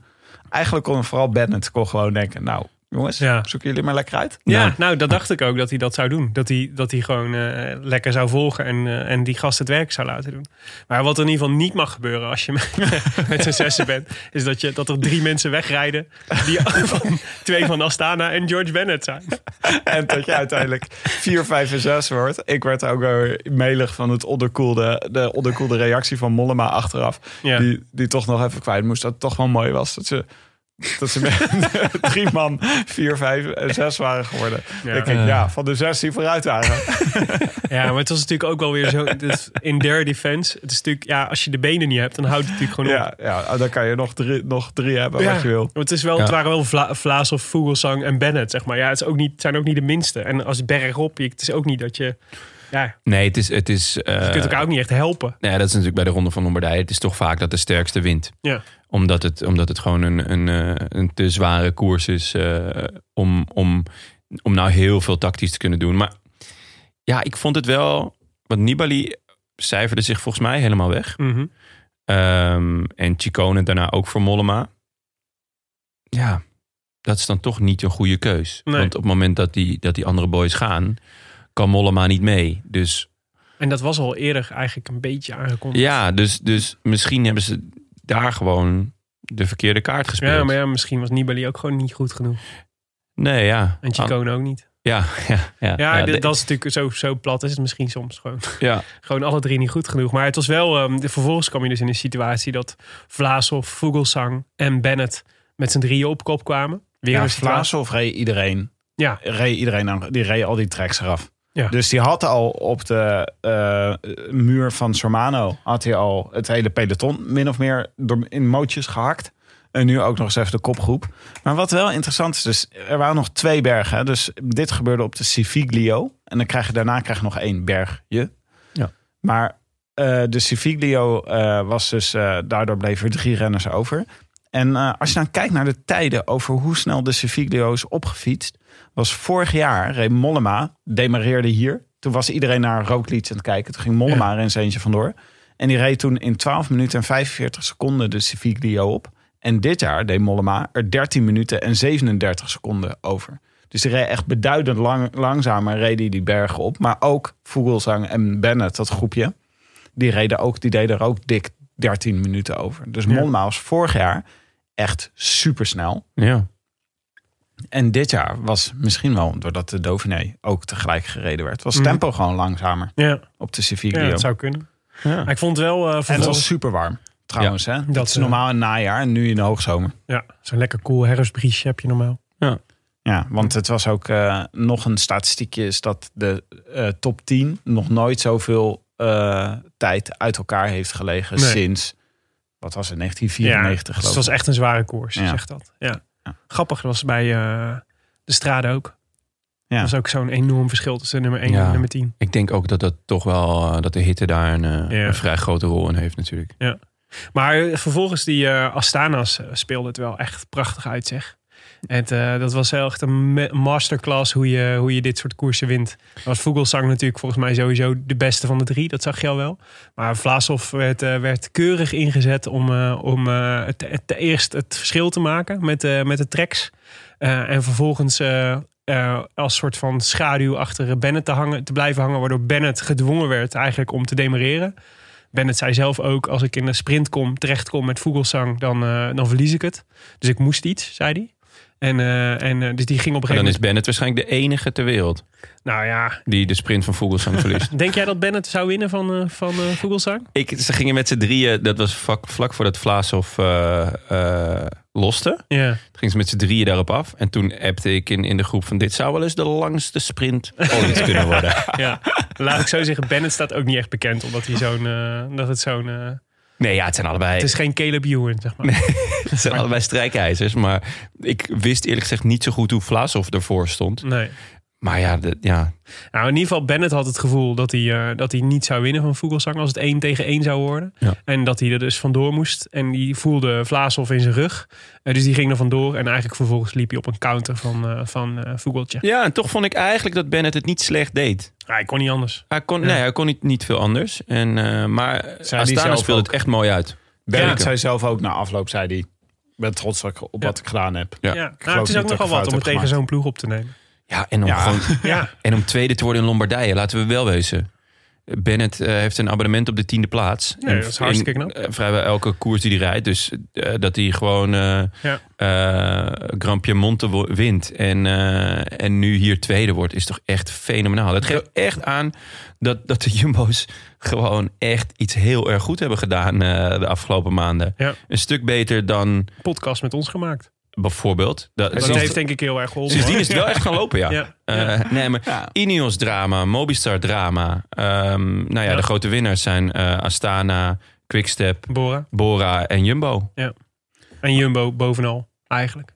Eigenlijk kon vooral Bennett kon gewoon denken... nou, jongens,
Ja.
zoeken jullie maar lekker uit.
Ja,
Nou.
nou, dat dacht ik ook dat hij dat zou doen. Dat hij, dat hij gewoon eh, lekker zou volgen en, eh, en die gast het werk zou laten doen. Maar wat in ieder geval niet mag gebeuren als je met, met z'n zessen bent, is dat, je, dat er drie mensen wegrijden. Die van, twee van Astana en George Bennett zijn.
En dat je uiteindelijk 4, 5 en 6 wordt. Ik werd ook weer melig van het onderkoelde, de onderkoelde reactie van Mollema achteraf.
Ja.
Die, die toch nog even kwijt moest. Dat het toch wel mooi was. Dat ze Dat ze met drie man, vier, vijf, en zes waren geworden.
Ja.
Ik denk, ja, van de zes die vooruit waren.
Ja, maar het was natuurlijk ook wel weer zo. Dus in their defense. Het is natuurlijk, ja, als je de benen niet hebt, dan houdt het natuurlijk gewoon op.
ja, ja, dan kan je nog drie, nog drie hebben
Ja,
wat je wil.
want Het, is wel, het waren wel Vla, Vlaas of Vogelsang en Bennett, zeg maar. Ja, het is ook niet, het zijn ook niet de minste. En als bergop, je- het is ook niet dat je... Ja,
Nee, het is... Het is
je kunt elkaar ook niet echt helpen.
Nee, dat is natuurlijk bij de Ronde van Lombardije. Het is toch vaak dat de sterkste wint.
Ja.
Omdat het, omdat het gewoon een, een, eh, een te zware koers is eh, om, om, om nou heel veel tactisch te kunnen doen. Maar ja, ik vond het wel... Want Nibali cijferde zich volgens mij helemaal weg.
Mhm.
Ehm, en Chicone daarna ook voor Mollema. Ja, dat is dan toch niet een goede keus.
Nee.
Want op het moment dat die, dat die andere boys gaan, kan Mollema niet mee. Dus
En dat was al eerder eigenlijk een beetje aangekondigd.
ja, dus, dus misschien hebben ze daar gewoon de verkeerde kaart gespeeld.
Ja, maar ja, misschien was Nibali ook gewoon niet goed genoeg.
Nee, ja.
En
Aan-
Chicone ook niet.
Ja, ja, ja.
Ja, dit-
de-
dat is natuurlijk zo, zo plat is het misschien soms gewoon.
ja.
gewoon alle drie niet goed genoeg. Maar het was wel. ehm, de, vervolgens kwam je dus in een situatie dat Vlaashoff, Vogelsang en Bennett met z'n drieën op kop kwamen. Weer
Ja,
een situatie-
Vlaashoff reed iedereen.
Ja.
Reed iedereen aan, die reed al die tracks eraf.
Ja.
Dus die had al op de eh, muur van Sormano... had hij al het hele peloton min of meer door, in mootjes gehakt. En nu ook nog eens even de kopgroep. Maar wat wel interessant is, dus er waren nog twee bergen. hè. Dus dit gebeurde op de Civiglio. En dan krijg je, daarna krijg je nog één bergje.
Ja.
Maar eh, de Civiglio eh, was dus... eh, daardoor bleven er drie renners over. En eh, als je dan kijkt naar de tijden over hoe snel de Civiglio is opgefietst... was vorig jaar, reed Mollema, demareerde hier. Toen was iedereen naar Roglic aan het kijken. Toen ging Mollema er eens eentje vandoor. En die reed toen in 12 minuten en 45 seconden de Civiglio op. En dit jaar deed Mollema er 13 minuten en 37 seconden over. Dus die reed echt beduidend lang, langzamer reed hij die bergen op. Maar ook Vogelsang en Bennett, dat groepje, die, reden ook, die deden er ook dik 13 minuten over. Dus Mollema was vorig jaar echt supersnel.
ja.
En dit jaar was misschien wel, doordat de Dauphiné ook tegelijk gereden werd... was
Mhm.
tempo gewoon langzamer
Ja,
op de
ja,
Civiglio.
dat zou kunnen.
Ja.
Maar ik vond het wel. eh
En het
vervolgens-
was super warm, trouwens. hè? Dat,
Dat,
is
eh,
normaal in het najaar en nu in de hoogzomer.
Ja, zo'n lekker cool herfstbriesje heb je normaal.
Ja, want het was ook eh, nog een statistiekje is dat de eh, top 10 nog nooit zoveel eh, tijd uit elkaar heeft gelegen
Nee.
sinds, wat was het,
Ja,
1994
dus het
geloof
was
ik.
echt een zware koers,
Ja.
zegt dat. Ja.
Ja.
Grappig was het bij eh, de strade ook.
Ja.
Dat was ook zo'n enorm verschil tussen nummer 1
Ja.
en nummer 10.
Ik denk ook dat dat toch wel eh, dat de hitte daar een, eh,
Ja.
een vrij grote rol in heeft natuurlijk.
Maar eh, vervolgens die eh, Astanas eh, speelde het wel echt prachtig uit, zeg. Het, eh, dat was echt een ma- masterclass hoe je, hoe je dit soort koersen wint. Dat was Vogelsang natuurlijk volgens mij sowieso de beste van de drie. Dat zag je al wel. Maar Vlaashoff werd, eh, werd keurig ingezet om, eh, om eh, het, het- te eerst het verschil te maken met, eh, met de tracks. Eh, en vervolgens eh, eh, als soort van schaduw achter Bennett te, hangen, te blijven hangen. Waardoor Bennett gedwongen werd eigenlijk om te demereren. Bennett zei zelf ook, als ik in de sprint kom, terecht kom met Vogelsang, dan, eh, dan verlies ik het. Dus ik moest iets, zei hij. En, eh, en eh, dus die ging op een
En dan is
gegeven moment...
Bennett waarschijnlijk de enige ter wereld
Nou ja,
die de sprint van Vogelsang verliest.
denk jij dat Bennett zou winnen van, eh, van eh, Vogelsang?
Ik, ze gingen met z'n drieën, dat was vlak, vlak voordat Vlaashoff eh, eh, loste.
Ja.
Toen gingen ze met z'n drieën daarop af. En toen appte ik in, in de groep van dit zou wel eens de langste sprint ooit kunnen worden.
ja. Laat ik zo zeggen, Bennett staat ook niet echt bekend, omdat hij zo'n... eh, dat het zo'n... eh,
Nee, ja, het zijn allebei,
het
het
is geen Caleb Ewan, zeg maar.
zijn allebei strijkijzers. Maar ik wist eerlijk gezegd niet zo goed hoe Vlaashoff ervoor stond.
nee.
Maar ja, de- ja.
Nou, in ieder geval, Bennett had het gevoel dat hij, eh, dat hij niet zou winnen van Vogelsang als het 1 tegen 1 zou worden.
Ja.
En dat hij er dus vandoor moest. En die voelde Vlaashoff in zijn rug. Eh, dus die ging er vandoor. En eigenlijk vervolgens liep hij op een counter van, eh van eh, Vogeltje.
ja, en toch vond ik eigenlijk dat Bennett het niet slecht deed.
Ja, hij kon niet anders.
Hij kon, Nee, hij kon niet, niet veel anders. En, eh, maar
Zei
Astana
hij zelf
speelde het
ook.
echt mooi uit.
Bennett
Ja.
zei zelf ook na afloop, zei hij, ik ben trots dat ik op wat ik gedaan heb.
Ja.
Ja. Nou, het is
niet
ook
dat ik
nogal wat
fout
om het
heb
tegen
gemaakt.
zo'n ploeg op te nemen.
Ja, en om,
Ja.
Gewoon,
Ja,
en om tweede te worden in Lombardije, laten we wel wezen. Bennett eh, heeft een abonnement op de tiende plaats.
Nee, dat is hartstikke knap.
eh, vrijwel elke koers die hij rijdt. Dus eh, dat hij gewoon eh
Ja.
eh, Grand Piemonte wo- wint. En, eh, en nu hier tweede wordt, is toch echt fenomenaal. Dat geeft echt aan dat, dat de Jumbo's gewoon echt iets heel erg goed hebben gedaan eh, de afgelopen maanden.
Ja.
Een stuk beter dan
podcast met ons gemaakt.
Bijvoorbeeld. Dat,
Dat
sinds-
heeft denk ik heel erg geholpen.
Sindsdien is het wel echt gaan lopen, ja.
Ja.
Eh, nee, maar
Ja.
Ineos drama, Mobistar drama. Ehm, nou ja,
Ja.
de grote winnaars zijn eh, Astana, Quickstep,
Bora.
Bora en Jumbo.
En Jumbo bovenal, eigenlijk.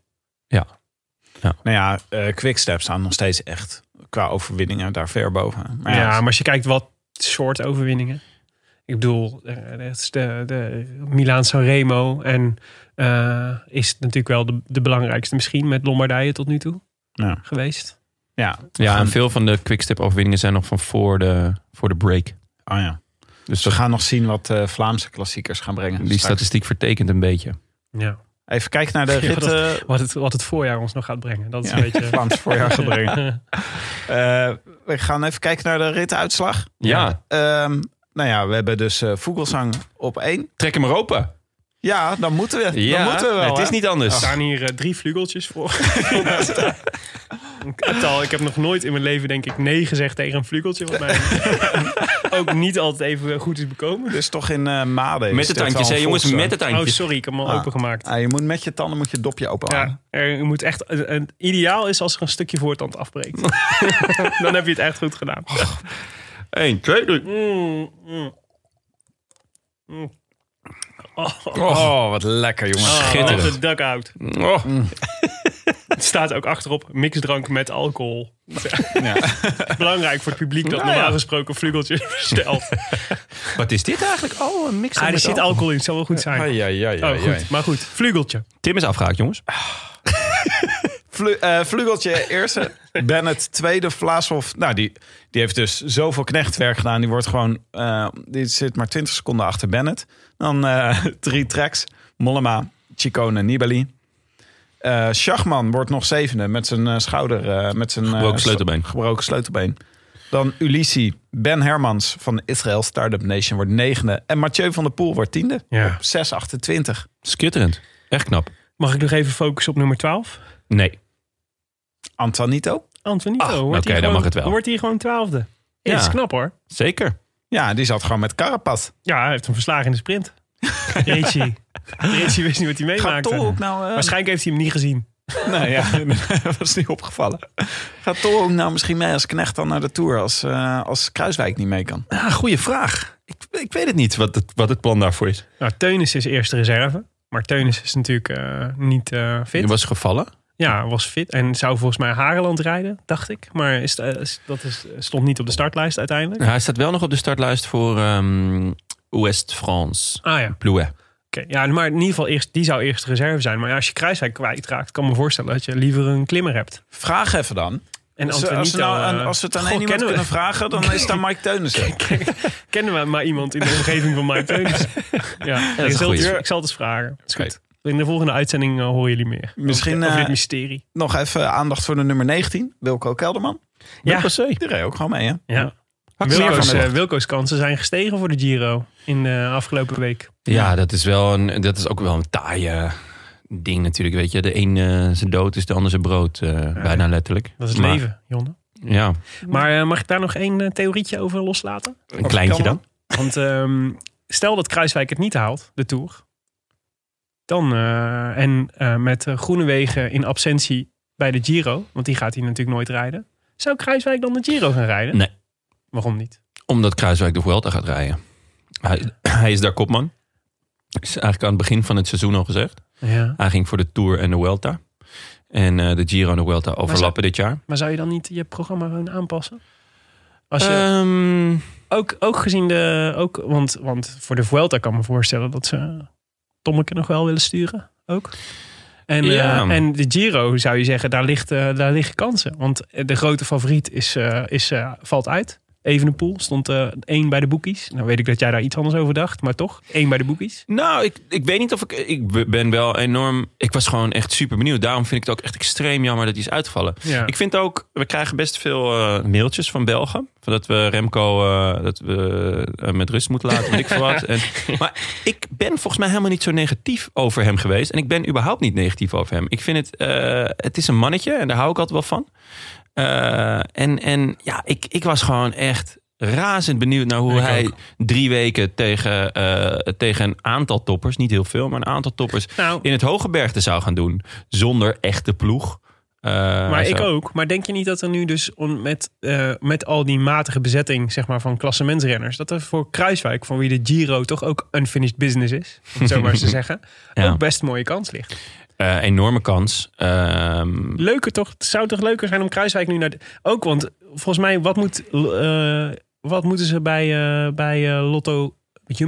Nou ja, eh Quickstep staan nog steeds echt qua overwinningen daar ver boven. Maar
Ja,
ja,
maar als je kijkt wat soort overwinningen. Ik bedoel, eh, dat is de, de Milaan Sanremo en eh, is natuurlijk wel de, de belangrijkste misschien met Lombardije tot nu toe
Ja.
geweest.
ja.
Ja, en veel van de Quickstep-overwinningen zijn nog van voor de, voor de break.
Oh ja.
Dus
Dus we
dat,
gaan nog zien wat eh, Vlaamse klassiekers gaan brengen.
die
Straks.
statistiek vertekent een beetje.
Ja.
Even kijken naar de
Ja,
ritten.
Wat het, wat het voorjaar ons nog gaat brengen. Dat is
Ja,
een beetje...
Vlaams voorjaar gaan brengen.
Ja.
Eh, we gaan even kijken naar de rituitslag.
Ja.
Ehm, nou ja, we hebben dus eh Vogelsang op één.
Trek hem er open.
Ja, dan moeten we.
Ja,
dan moeten we wel.
het is
hè?
niet
Er
anders.
staan hier eh, drie vlugeltjes voor. Een Tal, ik heb nog nooit in mijn leven, denk ik, nee gezegd tegen een vlugeltje. Wat mij ook niet altijd even goed is bekomen.
Dus toch in eh Made.
Met de tandjes, hè jongens, met de
Oh,
tandjes.
sorry, ik heb hem al
Ah.
opengemaakt.
je moet met je tanden moet je dopje open houden.
Ja, er, je moet echt, een, een- ideaal is als er een stukje voortand afbreekt. Dan heb je het echt goed gedaan.
Oh, 1, 2, 3.
Mm, mm. Mm. Oh,
Oh, wat lekker, jongens.
Schitterend.
Schitterend.
het dak out.
Oh.
Het staat ook achterop, mixdrank met alcohol. Belangrijk voor het publiek dat
Nou ja.
normaal gesproken vlugeltjes bestelt.
Wat is dit eigenlijk? Oh, een mix.
Ah, er zit alcohol in, het zou wel goed zijn.
ja, ja,
Oh, goed. Maar goed, vlugeltje.
Tim is afgehaakt, jongens.
Ah. Vlu, eh, Vlugeltje eerste. Bennett tweede. Vlaashoff. Nou, die, die heeft dus zoveel knechtwerk gedaan. Die wordt gewoon. eh, die zit maar 20 seconden achter Bennett. Dan eh, drie tracks. Mollema, Chicone, Nibali. Eh Schachman wordt nog zevende met zijn eh, schouder. eh, met zijn, eh,
Gebroken sleutelbeen.
gebroken sleutelbeen. Dan Ulissi. Ben Hermans van Israël Startup Nation wordt negende. En Mathieu van der Poel wordt tiende.
Ja.
Op 6,28.
Schitterend. Echt knap.
Mag ik nog even focussen op nummer 12?
Nee.
Antonito.
Antonito.
Ah,
wordt
oké,
hier
dan
gewoon-
mag het wel.
Wordt hier gewoon twaalfde. Ja.
Ja.
Dat is knap hoor.
Zeker.
Ja, die zat gewoon met Carapaz.
Ja, hij heeft hem verslagen in de sprint. Richie. Richie wist niet wat hij
Gaat
meemaakte.
Tol ook nou... eh,
Waarschijnlijk heeft hij hem niet gezien.
nee, ja, dat was niet opgevallen. Gaat Tol ook nou misschien mee als knecht dan naar de Tour... als, eh, als Kruiswijk niet mee kan?
Ja, goede vraag. Ik, ik weet het niet wat het, wat het plan daarvoor is.
Nou, Teunis is eerste reserve. Maar Teunis is natuurlijk eh, niet eh, fit.
Je was gevallen.
Ja, was fit. En zou volgens mij Hareland rijden, dacht ik. Maar is, eh, is- dat is, stond niet op de startlijst uiteindelijk.
Nou, hij staat wel nog op de startlijst voor ehm Ouest-France.
Ah ja,
Plouet.
oké. Ja, maar in ieder geval, eerst, die zou eerst reserve zijn. Maar ja, als je Kruiswijk kwijtraakt, kan ik me voorstellen dat je liever een klimmer hebt.
Vraag even dan.
En
Als,
Antonito,
als, we nou, aan-
eh,
als we het aan
goh,
één iemand
kennen we-
kunnen vragen... dan is daar Mike Teunissen.
Kennen we maar iemand in de omgeving van Mike Teunis? ja,
een
ik, zal het,
goeie.
ik zal het eens vragen. Dat is
Oké.
goed. In de volgende uitzending eh, horen jullie meer.
Misschien,
Over
eh,
dit mysterie.
Nog even aandacht voor de nummer 19. Wilco Kelderman.
Ja,
Die reed ook gewoon mee, hè?
ja.
Zwaar
Wilco's,
van de-
eh, Wilco's kansen zijn gestegen voor de Giro in de afgelopen week.
Ja, dat is, wel een, dat is ook wel een taaie ding natuurlijk. Weet je, de een eh, zijn dood is de ander zijn brood. eh, Bijna letterlijk.
Dat is het
Maar-
leven, Jonne.
Ja,
Maar eh, mag ik daar nog één eh, theorietje over loslaten?
een kleintje dan.
Want ehm, stel dat Kruiswijk het niet haalt, de Tour. Dan, eh, en eh, met eh, Groenewegen in absentie bij de Giro. Want die gaat hij natuurlijk nooit rijden. Zou Kruiswijk dan de Giro gaan rijden?
Nee.
Waarom niet?
Omdat Kruiswijk de Vuelta gaat rijden. Hij, hij is daar kopman. Is eigenlijk aan het begin van het seizoen al gezegd.
Ja.
Hij ging voor de Tour en de Vuelta. En eh, de Giro en de Vuelta overlappen dit jaar.
Maar zou je dan niet je programma gewoon aanpassen? Als je,
Ehm,
ook, ook gezien de... Ook, want, want voor de Vuelta kan ik me voorstellen dat ze Tommeke nog wel willen sturen. Ook. En,
Ja.
eh, en de Giro zou je zeggen, daar, ligt, eh, daar liggen kansen. Want eh, de grote favoriet is, eh, is, eh, valt uit. Evenepoel stond eh één bij de boekies. Nou weet ik dat jij daar iets anders over dacht. Maar toch, één bij de boekies.
nou, ik, ik weet niet of ik... Ik be- ben wel enorm... Ik was gewoon echt super benieuwd. Daarom vind ik het ook echt extreem jammer dat hij is uitgevallen.
Ja.
Ik vind ook... We krijgen best veel eh, mailtjes van Belgen. Van dat we Remco eh, dat we, eh, met rust moeten laten. weet ik veel wat. En, maar ik ben volgens mij helemaal niet zo negatief over hem geweest. En ik ben überhaupt niet negatief over hem. Ik vind het... eh, het is een mannetje. En daar hou ik altijd wel van. Eh, en, en ja, ik, ik was gewoon echt razend benieuwd naar hoe
Ik
hij
ook.
drie weken tegen, eh, tegen een aantal toppers, niet heel veel, maar een aantal toppers
Nou,
in het hoge bergte zou gaan doen. Zonder echte ploeg. Eh,
maar
hij
ik
zou-
ook. Maar denk je niet dat er nu dus on- met, eh, met al die matige bezetting zeg maar, van klassementsrenners... dat er voor Kruiswijk, van wie de Giro toch ook unfinished business is... om het zo maar eens te zeggen,
Ja.
ook best een mooie kans ligt.
Eh, enorme kans. Ehm,
Leuker toch? Het zou toch leuker zijn om Kruiswijk nu naar... de- ook, want volgens mij, wat, moet, eh, wat moeten ze bij, eh, bij eh, Lotto...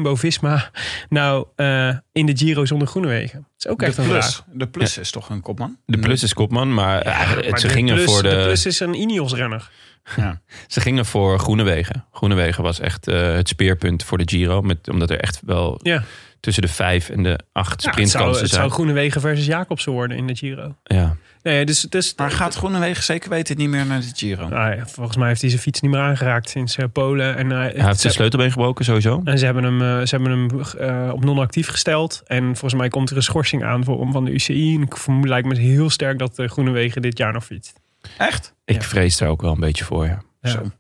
Jumbo-Visma nou eh, in de Giro zonder Groenewegen? Dat is ook echt
de
een vraag.
plus, de plus is toch een kopman?
de plus is kopman, maar eh, het-
Maar
ze,
de
gingen
plus-
voor de,
plus is een Ineos-renner.
Ja.
ze gingen voor Groenewegen. Groenewegen was echt eh, het speerpunt voor de Giro. Met, omdat er echt wel
Ja.
tussen de vijf en de acht
Ja, Nou, het zou,
sprintkansen
het zou
zijn.
Groenewegen versus Jacobsen worden in de Giro.
Ja.
Nee, dus, dus,
Maar gaat Groenewegen zeker weten niet meer naar de Giro?
Nou ja, volgens mij heeft hij zijn fiets niet meer aangeraakt sinds eh, Polen. En, eh,
Hij heeft
ze,
zijn sleutelbeen gebroken sowieso.
en ze hebben hem, eh, ze hebben hem eh, op non-actief gesteld. En volgens mij komt er een schorsing aan voor, van de UCI. En ik vermoed, lijkt me heel sterk dat eh, Groenewegen dit jaar nog fietst.
Echt?
Ik
Ja.
vrees daar ook wel een beetje voor, ja.
Ja.
Zo.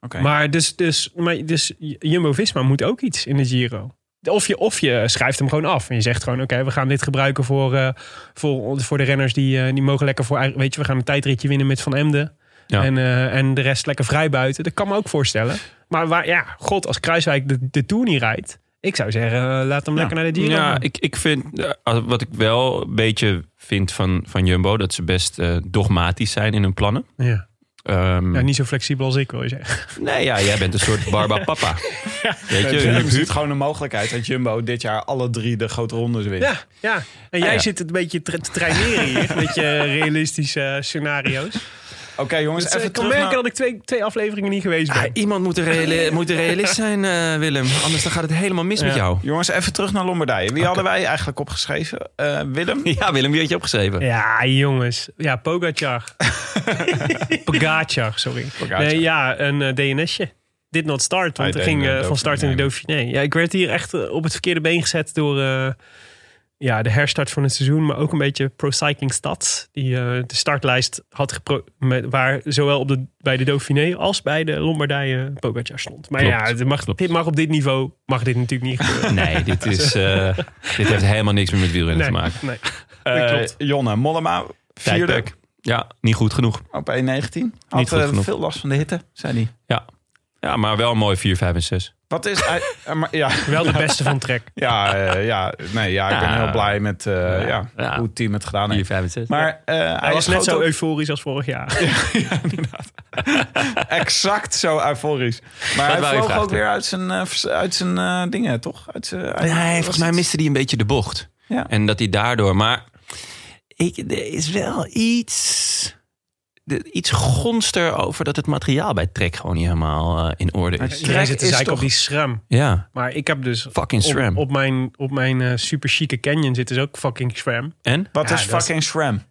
Oké.
Maar dus, dus, maar dus Jumbo-Visma moet ook iets in de Giro. Of je, of je schrijft hem gewoon af. En je zegt gewoon, oké, we gaan dit gebruiken voor, eh, voor, voor de renners. Die, eh, die mogen lekker voor... eigen- Weet je, we gaan een tijdritje winnen met Van Emden.
Ja.
En, eh, en de rest lekker vrij buiten. Dat kan me ook voorstellen. Maar waar, ja, god, als Kruiswijk de, de Tour niet rijdt... Ik zou zeggen, eh, laat hem
Ja.
lekker naar de Giro.
Ja,
gaan.
ik, ik vind, eh, als- wat ik wel een beetje vind van, van Jumbo, dat ze best eh, dogmatisch zijn in hun plannen.
ja.
Ehm,
Ja, niet zo flexibel als ik, wil je zeggen.
Nee, ja, jij bent een soort Barba Papa. Weet je,
Er
Huub, eh, Huub.
zit gewoon een mogelijkheid dat Jumbo dit jaar alle drie de grote rondes wint.
Ja, ja. En jij
Ah, ja.
zit het een beetje te te traineren hier. Een beetje realistische eh, scenario's.
Oké jongens,
Dus, eh,
even
ik kan
terug
merken
naar-
dat ik twee, twee afleveringen niet geweest ben.
Ah, iemand moet een, reali- moet een realist zijn, eh, Willem. Anders dan gaat het helemaal mis met jou.
Jongens, even terug naar Lombardije. Wie hadden wij eigenlijk opgeschreven? Eh, Willem?
Ja, Willem, wie had je opgeschreven?
Ja, jongens. Ja, Pogacar. Pogacar, sorry.
Pogacar.
Nee, ja, een eh, DNSje. Did not start, want
Hij
er
deed
ging
een,
eh,
eh,
van start in de Dauphiné. Ja, ik werd hier echt eh, op het verkeerde been gezet door eh, ja, de herstart van het seizoen, maar ook een beetje Pro Cycling Stats. Die eh, de startlijst had gepro met, waar zowel op de, bij de Dauphiné als bij de Lombardije Pogacar stond. Maar
Klopt,
ja, dit mag,
klopt.
dit mag op dit niveau mag dit natuurlijk niet gebeuren.
Nee, dit, is, eh, dit heeft helemaal niks meer met wielrennen te maken.
nee.
Eh,
klopt.
Jonne Mollema, vierde
Tijdperk. Ja, niet goed genoeg.
op 1.19.
Niet
Had
goed
eh,
genoeg.
veel last van de hitte, zei hij.
Ja, maar wel mooi 4, 5 en 6.
Wat is... hij- eh, maar, ja,
Wel de beste van trek.
ja, eh, ja, nee, ja, ik ben
Ja.
heel blij met eh, ja.
Ja.
hoe het team het gedaan heeft.
5 en 6. Maar
Maar eh, hij
Hij was net
schoot
zo
ook Dus
euforisch als vorig jaar.
exact zo euforisch. Maar hij
wou je
vloog
vragen,
ook
Tim?
weer uit zijn, eh, vers- uit zijn eh, dingen, toch? Uit zijn,
nee, volgens mij miste hij een beetje de bocht.
Ja.
En dat hij daardoor... Maar ik, er is wel iets... de- Iets gonster over dat het materiaal bij Trek gewoon niet helemaal eh, in orde is.
Jij zit te
is
zeiken
toch-
op die SRAM.
Ja,
Maar ik heb dus op,
fucking SRAM.
op mijn, op mijn eh, super chique Canyon zit dus ook fucking SRAM.
En?
Wat
Ja,
is
dat is-
fucking SRAM?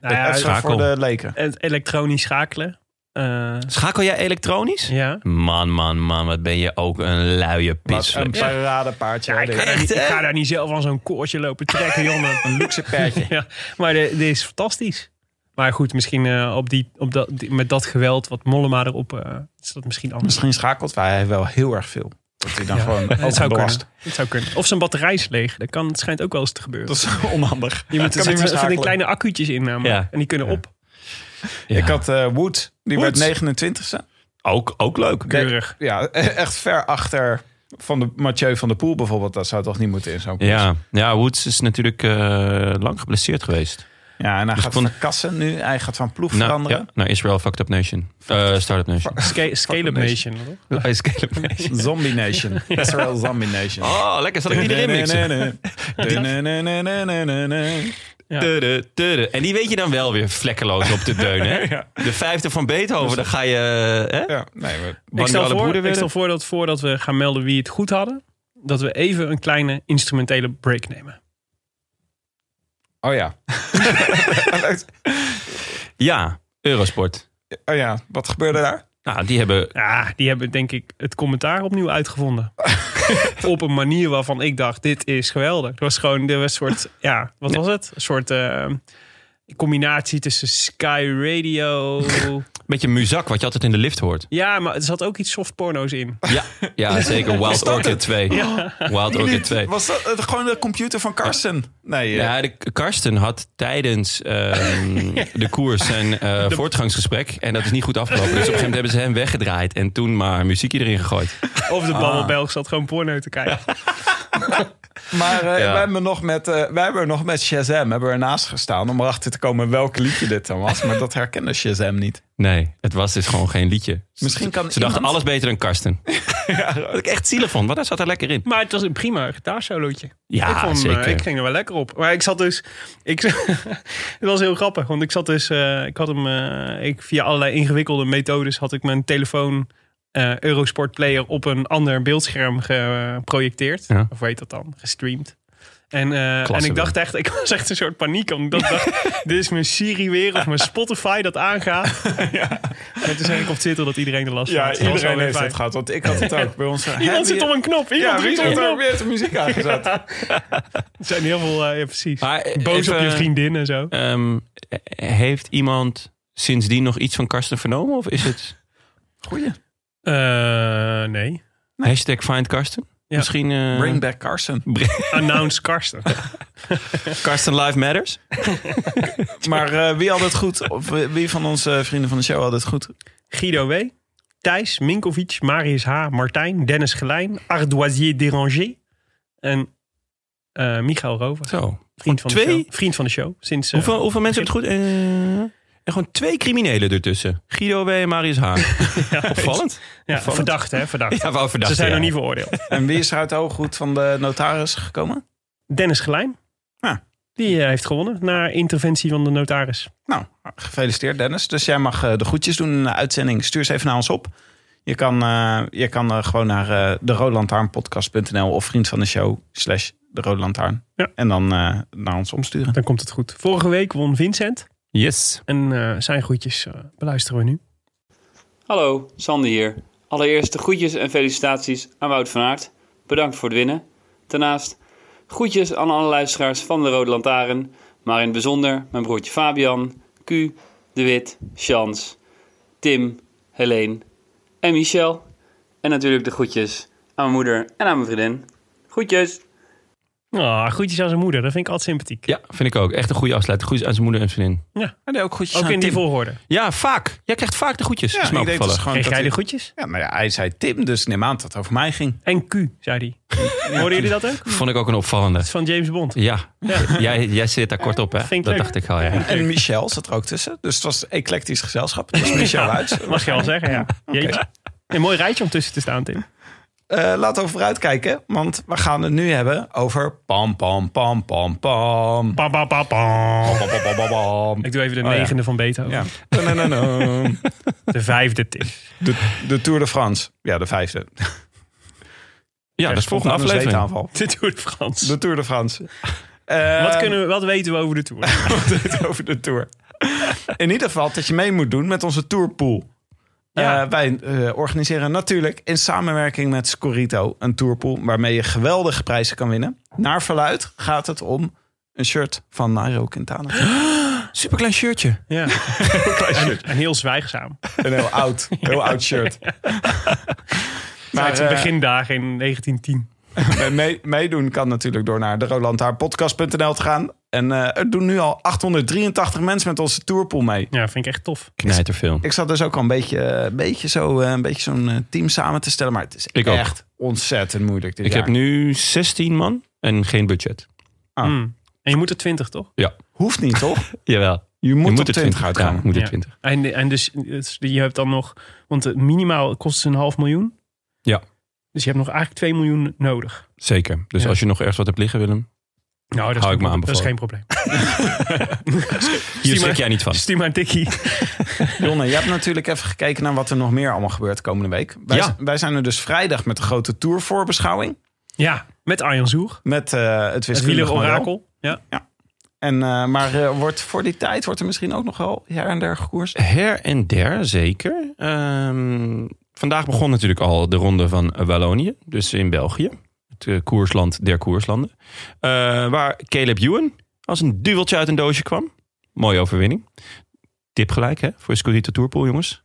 Nou ja,
Even
schakel.
voor de leken.
het elektronisch schakelen. Eh,
Schakel jij elektronisch?
ja.
Man, man, man, wat ben je ook een luie
Wat
pisselijk.
een paradepaardje.
Ja, ik, ga
paardje.
daar niet- ik
hè?
ga daar niet zelf aan zo'n koordje lopen trekken, jongen.
een luxe paardje.
ja, maar de- dit is fantastisch. Maar goed, misschien eh, op die, op dat, die- met dat geweld wat Mollema erop... eh, is dat misschien anders.
Misschien schakelt hij wel heel erg veel. Dat hij dan gewoon
Het zou,
overbelast.
kunnen. het zou kunnen. Of zijn batterij is leeg. Dat kan, het schijnt ook wel eens te gebeuren.
Dat is onhandig.
Je moet
Kan
er
niet meer
zitten van die
schakelen.
kleine accu'tjes in namelijk.
Ja.
En die kunnen op.
Ja.
Ik had eh, Wood, die
Wood.
werd 29ste.
ook, ook leuk.
Keurig.
Ja, e- echt ver achter van de Mathieu van der Poel bijvoorbeeld. Dat zou toch niet moeten in zo'n koers.
Ja, ja Woods is natuurlijk eh, lang geblesseerd geweest.
Ja, en hij gaat
ik vond-
verkassen nu. Hij gaat van ploeg
Nou,
veranderen.
ja, naar Israel Fucked Up Nation. Eh Startup Nation.
Sca- Scale-up
Fuck
Nation. hoor.
Eh, Scale-up Nation.
Zombie Nation. Israël Zombie Nation.
Oh, lekker. Zal ik die erin mixen? Tudu, tudu. En die weet je dan wel weer vlekkeloos op te deunen. hè? De vijfde van Beethoven, dan ga je... eh, Hè?
Ja, nee, maar-
Ik
Bang
stel,
alle
voor,
broeder
ik
werden.
stel voor dat voordat we gaan melden wie het goed hadden, dat we even een kleine instrumentele break nemen.
Oh ja.
Ja, Eurosport.
Oh ja, wat gebeurde daar?
Nou, die hebben...
Ja, die hebben denk ik het commentaar opnieuw uitgevonden. Op een manier waarvan ik dacht, dit is geweldig. Het was gewoon dit was een soort, ja, wat ehm, was het? Een soort eh, combinatie tussen Sky Radio,
beetje muzak wat je altijd in de lift hoort.
Ja, maar er zat ook iets soft porno's in.
Ja, ja zeker. Wild Orchid 2. Wild Orchid 2.
Was dat eh, gewoon de computer van Karsten? Nee, eh,
Ja, de, Karsten had tijdens ehm, de koers zijn eh, voortgangsgesprek. En dat is niet goed afgelopen. Dus op een gegeven moment hebben ze hem weggedraaid. En toen maar muziekje erin gegooid.
Of
Ah.
de babbelbelg zat gewoon porno te kijken.
maar eh,
Ja.
wij, hebben nog met, eh, wij hebben nog met Shazam hebben we ernaast gestaan om erachter te komen welk liedje dit dan was. Maar dat herkende Shazam niet.
Nee, het was dus gewoon geen liedje.
Misschien kan
Ze dachten
iemand-
alles beter dan Karsten. Wat ik echt zielig vond, maar daar zat er lekker in.
Maar het was een prima gitaarsolootje.
Ja,
ik, vond hem, eh,
zeker.
ik ging er wel lekker op. Maar ik zat dus... Ik, het was heel grappig, want ik zat dus... eh, ik had hem... eh, ik, via allerlei ingewikkelde methodes had ik mijn telefoon... eh, Eurosport Player op een ander beeldscherm geprojecteerd.
Ja.
Of hoe heet dat dan? Gestreamd. En, eh, en
Klasse
ik dacht echt, ik was echt een soort paniek. Omdat ik dacht, dit is mijn Siri weer of mijn Spotify dat aangaat. En toen zei ik op Twitter dat iedereen er last van had.
Ja,
Dus dat was wel
iedereen
weer
heeft
fijn.
het gehad, want ik had het ook bij ons. eh,
Iemand
hè,
zit op een knop.
Ja,
Iemand
wie
zit op een
heeft er
knop.
weer de muziek aangezet?
Er zijn heel veel, eh, ja, precies.
Maar, eh,
Boos op
even,
je vriendin en zo.
ehm, heeft iemand sindsdien nog iets van Karsten vernomen? Of is het
Goeie.
eh,
nee.
hashtag Find Karsten?
Ja.
Misschien eh,
Bring back Carson.
Announce Karsten.
Karsten Live Matters?
Maar eh, wie had het goed? Of eh, wie van onze eh, vrienden van de show had het goed?
Guido W. Thijs, Minkovic, Marius H., Martijn, Dennis Gelijn, Ardoisier Déranger en eh Michael Rover.
Zo.
Vriend van, de
twee?
show. Vriend van de show. Sinds, eh,
Hoeveel, hoeveel mensen hebben het goed? Eh, en gewoon twee criminelen ertussen. Guido W. en Marius H. Opvallend.
ja, verdacht, hè? Verdacht.
Ja, wou verdacht,
Ze zijn
ja.
nog niet veroordeeld.
En wie is er uit de hooggoed van de notaris gekomen?
Dennis Gelijn.
Ja.
Die eh, heeft gewonnen na interventie van de notaris.
Nou, gefeliciteerd Dennis. Dus jij mag eh, de groetjes doen in de uitzending. Stuur ze even naar ons op. Je kan, eh, je kan eh, gewoon naar eh de of vriend van de show slash de Rode Lantaarn.
Ja.
En dan eh, naar ons omsturen.
Dan komt het goed. Vorige week won Vincent.
Yes.
En eh, zijn groetjes eh, beluisteren we nu.
Hallo, Sander hier. Allereerst de groetjes en felicitaties aan Wout van Aert. Bedankt voor het winnen. Daarnaast groetjes aan alle luisteraars van de Rode Lantaarn, maar in het bijzonder mijn broertje Fabian, Q, De Wit, Chans, Tim, Helene en Michel. En natuurlijk de groetjes aan mijn moeder en aan mijn vriendin. Groetjes!
Ah, groetjes aan zijn moeder. Dat vind ik altijd sympathiek.
Ja, vind ik ook. Echt een goede afsluiting. Goed aan zijn moeder en vriendin.
Ja.
En ook groetjes
Ook in die volgorde.
Ja, vaak. Jij krijgt vaak de goedjes.
Ja,
is me
ik denk dat
opgevallen.
is gewoon
Kreeg
dat
jij de
hij-
groetjes?
ja, maar ja, hij zei Tim, dus ik neem aan dat het over mij ging.
En Q, zei hij. Hoorden jullie dat ook? Dat
Vond ik ook een opvallende.
is van James Bond.
Ja, Jij, jij zit daar kort op, hè?
Vind ik
dat
leuk.
dacht ik al, ja.
En Michel zat er ook tussen. Dus het was eclectisch gezelschap. Dus Michel uit.
Mag je wel zeggen, ja. Jeetje. Een mooi rijtje om tussen te staan, Tim.
Eh, laten we vooruitkijken, want we gaan het nu hebben over pam pam pam pam pam.
Pam, pam, pam, pam.
Pam, pam, pam, pam, pam.
Ik doe even de
Oh, ja.
negende van Beethoven.
Ja. Ta-na-na-na.
De vijfde, Tim.
De, de Tour de France. Ja, de vijfde.
Ja, dat is volgende aflevering.
aanval.
De Tour de France.
Oh. De Tour de France. Eh,
Wat, kunnen we, wat weten we over de Tour?
het over de Tour. In ieder geval dat je mee moet doen met onze Tourpool.
Ja.
Eh, wij eh, organiseren natuurlijk in samenwerking met Scorito een Tourpool... waarmee je geweldige prijzen kan winnen. Naar verluid gaat het om een shirt van Nairo Quintana.
Superklein shirtje.
Ja. En, en heel zwijgzaam.
Een heel oud, heel oud shirt.
Maar
eh,
zijn begindagen in 1910.
Bij mee- meedoen kan natuurlijk door naar de rolandhaarpodcast.nl te gaan. En eh, er doen nu al 883 mensen met onze tourpool mee.
Ja, vind ik echt tof.
Knijterfilm.
Ik zat dus ook al een beetje, een beetje zo, eh, een beetje zo'n eh, team samen te stellen. Maar het is
Ik ook.
echt ontzettend moeilijk dit
Ik
jaar.
heb nu 16 man en geen budget.
Ah.
Mm. En je moet er 20, toch?
Hoeft niet, toch?
Jawel.
Je moet,
Je
op
moet er
20
20
uitkomen.
Ja, je moet er
Ja.
20.
En, en dus, dus je hebt dan nog... Want het minimaal kost een half miljoen.
Ja.
Dus je hebt nog eigenlijk 2 miljoen nodig.
Zeker. Dus
Ja.
als je nog ergens wat hebt liggen, Willem.
Nou, dat
Hou
is,
ik me
geen, dat is
aanbevolen.
geen probleem.
Hier schrik
maar-
jij niet van.
Stuur maar een tikkie.
Jonne, je hebt natuurlijk even gekeken naar wat er nog meer allemaal gebeurt komende week. Wij,
Ja.
z- wij zijn er dus vrijdag met de grote tourvoorbeschouwing.
Ja, met Arjan Zoer.
Met eh, het
Het
wiskundig
wieler
orakel.
orakel. Ja.
En, eh, maar eh, wordt voor die tijd wordt er misschien ook nog wel her en der gekoerst.
Her en der, zeker. Ehm, vandaag begon natuurlijk al de ronde van Wallonië, dus in België. Het eh, koersland der koerslanden. Eh, waar Caleb Ewan als een duweltje uit een doosje kwam. Mooie overwinning. Tip gelijk, hè? Voor Scudito Tourpool, jongens.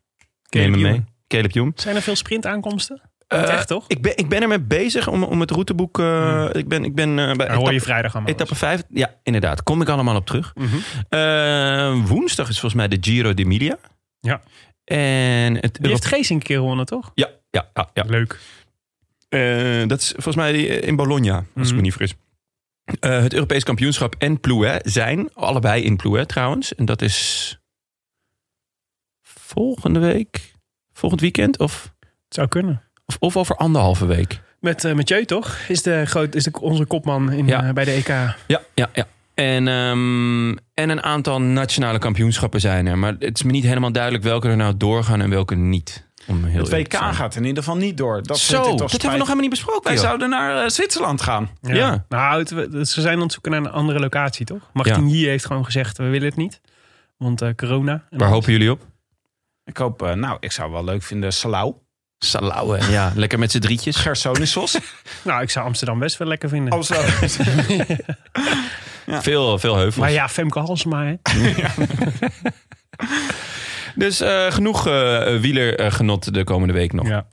Caleb
Neem hem mee. Eh,
Ewan.
Caleb Jong.
Zijn er veel sprintaankomsten? Niet echt, toch?
Ik ben, ik ben ermee bezig om, om het routeboek... eh, Ik ben, ik ben eh, bij
Hmm. Daar hoor je
etappe-
vrijdag aan.
Etappe 5, ja, inderdaad. Kom ik allemaal op terug. Eh, woensdag is volgens mij de Giro d'Emilia.
Ja.
En het
Die heeft
Europe-
Geesink een keer gewonnen, toch?
Ja, ja, ja. ja.
Leuk.
Eh, dat is volgens mij die, eh, in Bologna, als ik me niet vergis. Eh, het Europees kampioenschap en Plouet zijn allebei in Plouet trouwens. En dat is volgende week, volgend weekend of,
Het zou kunnen.
of, of over anderhalve week.
Met eh Mathieu, toch? Is, de groot, is de, onze kopman in,
Ja.
eh, bij de EK.
Ja, ja, ja. En, ehm, en een aantal nationale kampioenschappen zijn er. Maar het is me niet helemaal duidelijk welke er nou doorgaan en welke niet. Om heel
Het
eerlijk
WK
te zijn.
gaat in ieder geval niet door. Dat
Zo,
vind ik
dat
toch
hebben we nog
spijtig.
helemaal niet besproken.
Wij
joh.
zouden naar eh, Zwitserland gaan.
Ja.
Nou, het- we- ze zijn aan het zoeken naar een andere locatie, toch? Martin Yee heeft gewoon gezegd, we willen het niet. Want eh, corona. En
Waar hopen jullie op?
Ik hoop, eh, nou, ik zou wel leuk vinden Salau,
Salauwe. Ja, lekker met z'n drietjes.
Gersonisos. eh,
Nou, ik zou Amsterdam best wel lekker vinden.
Amsterdam.
Veel, veel heuvels.
maar ja, Femke Halsema, hè?
Dus eh, genoeg eh wielergenot de komende week nog.
Ja.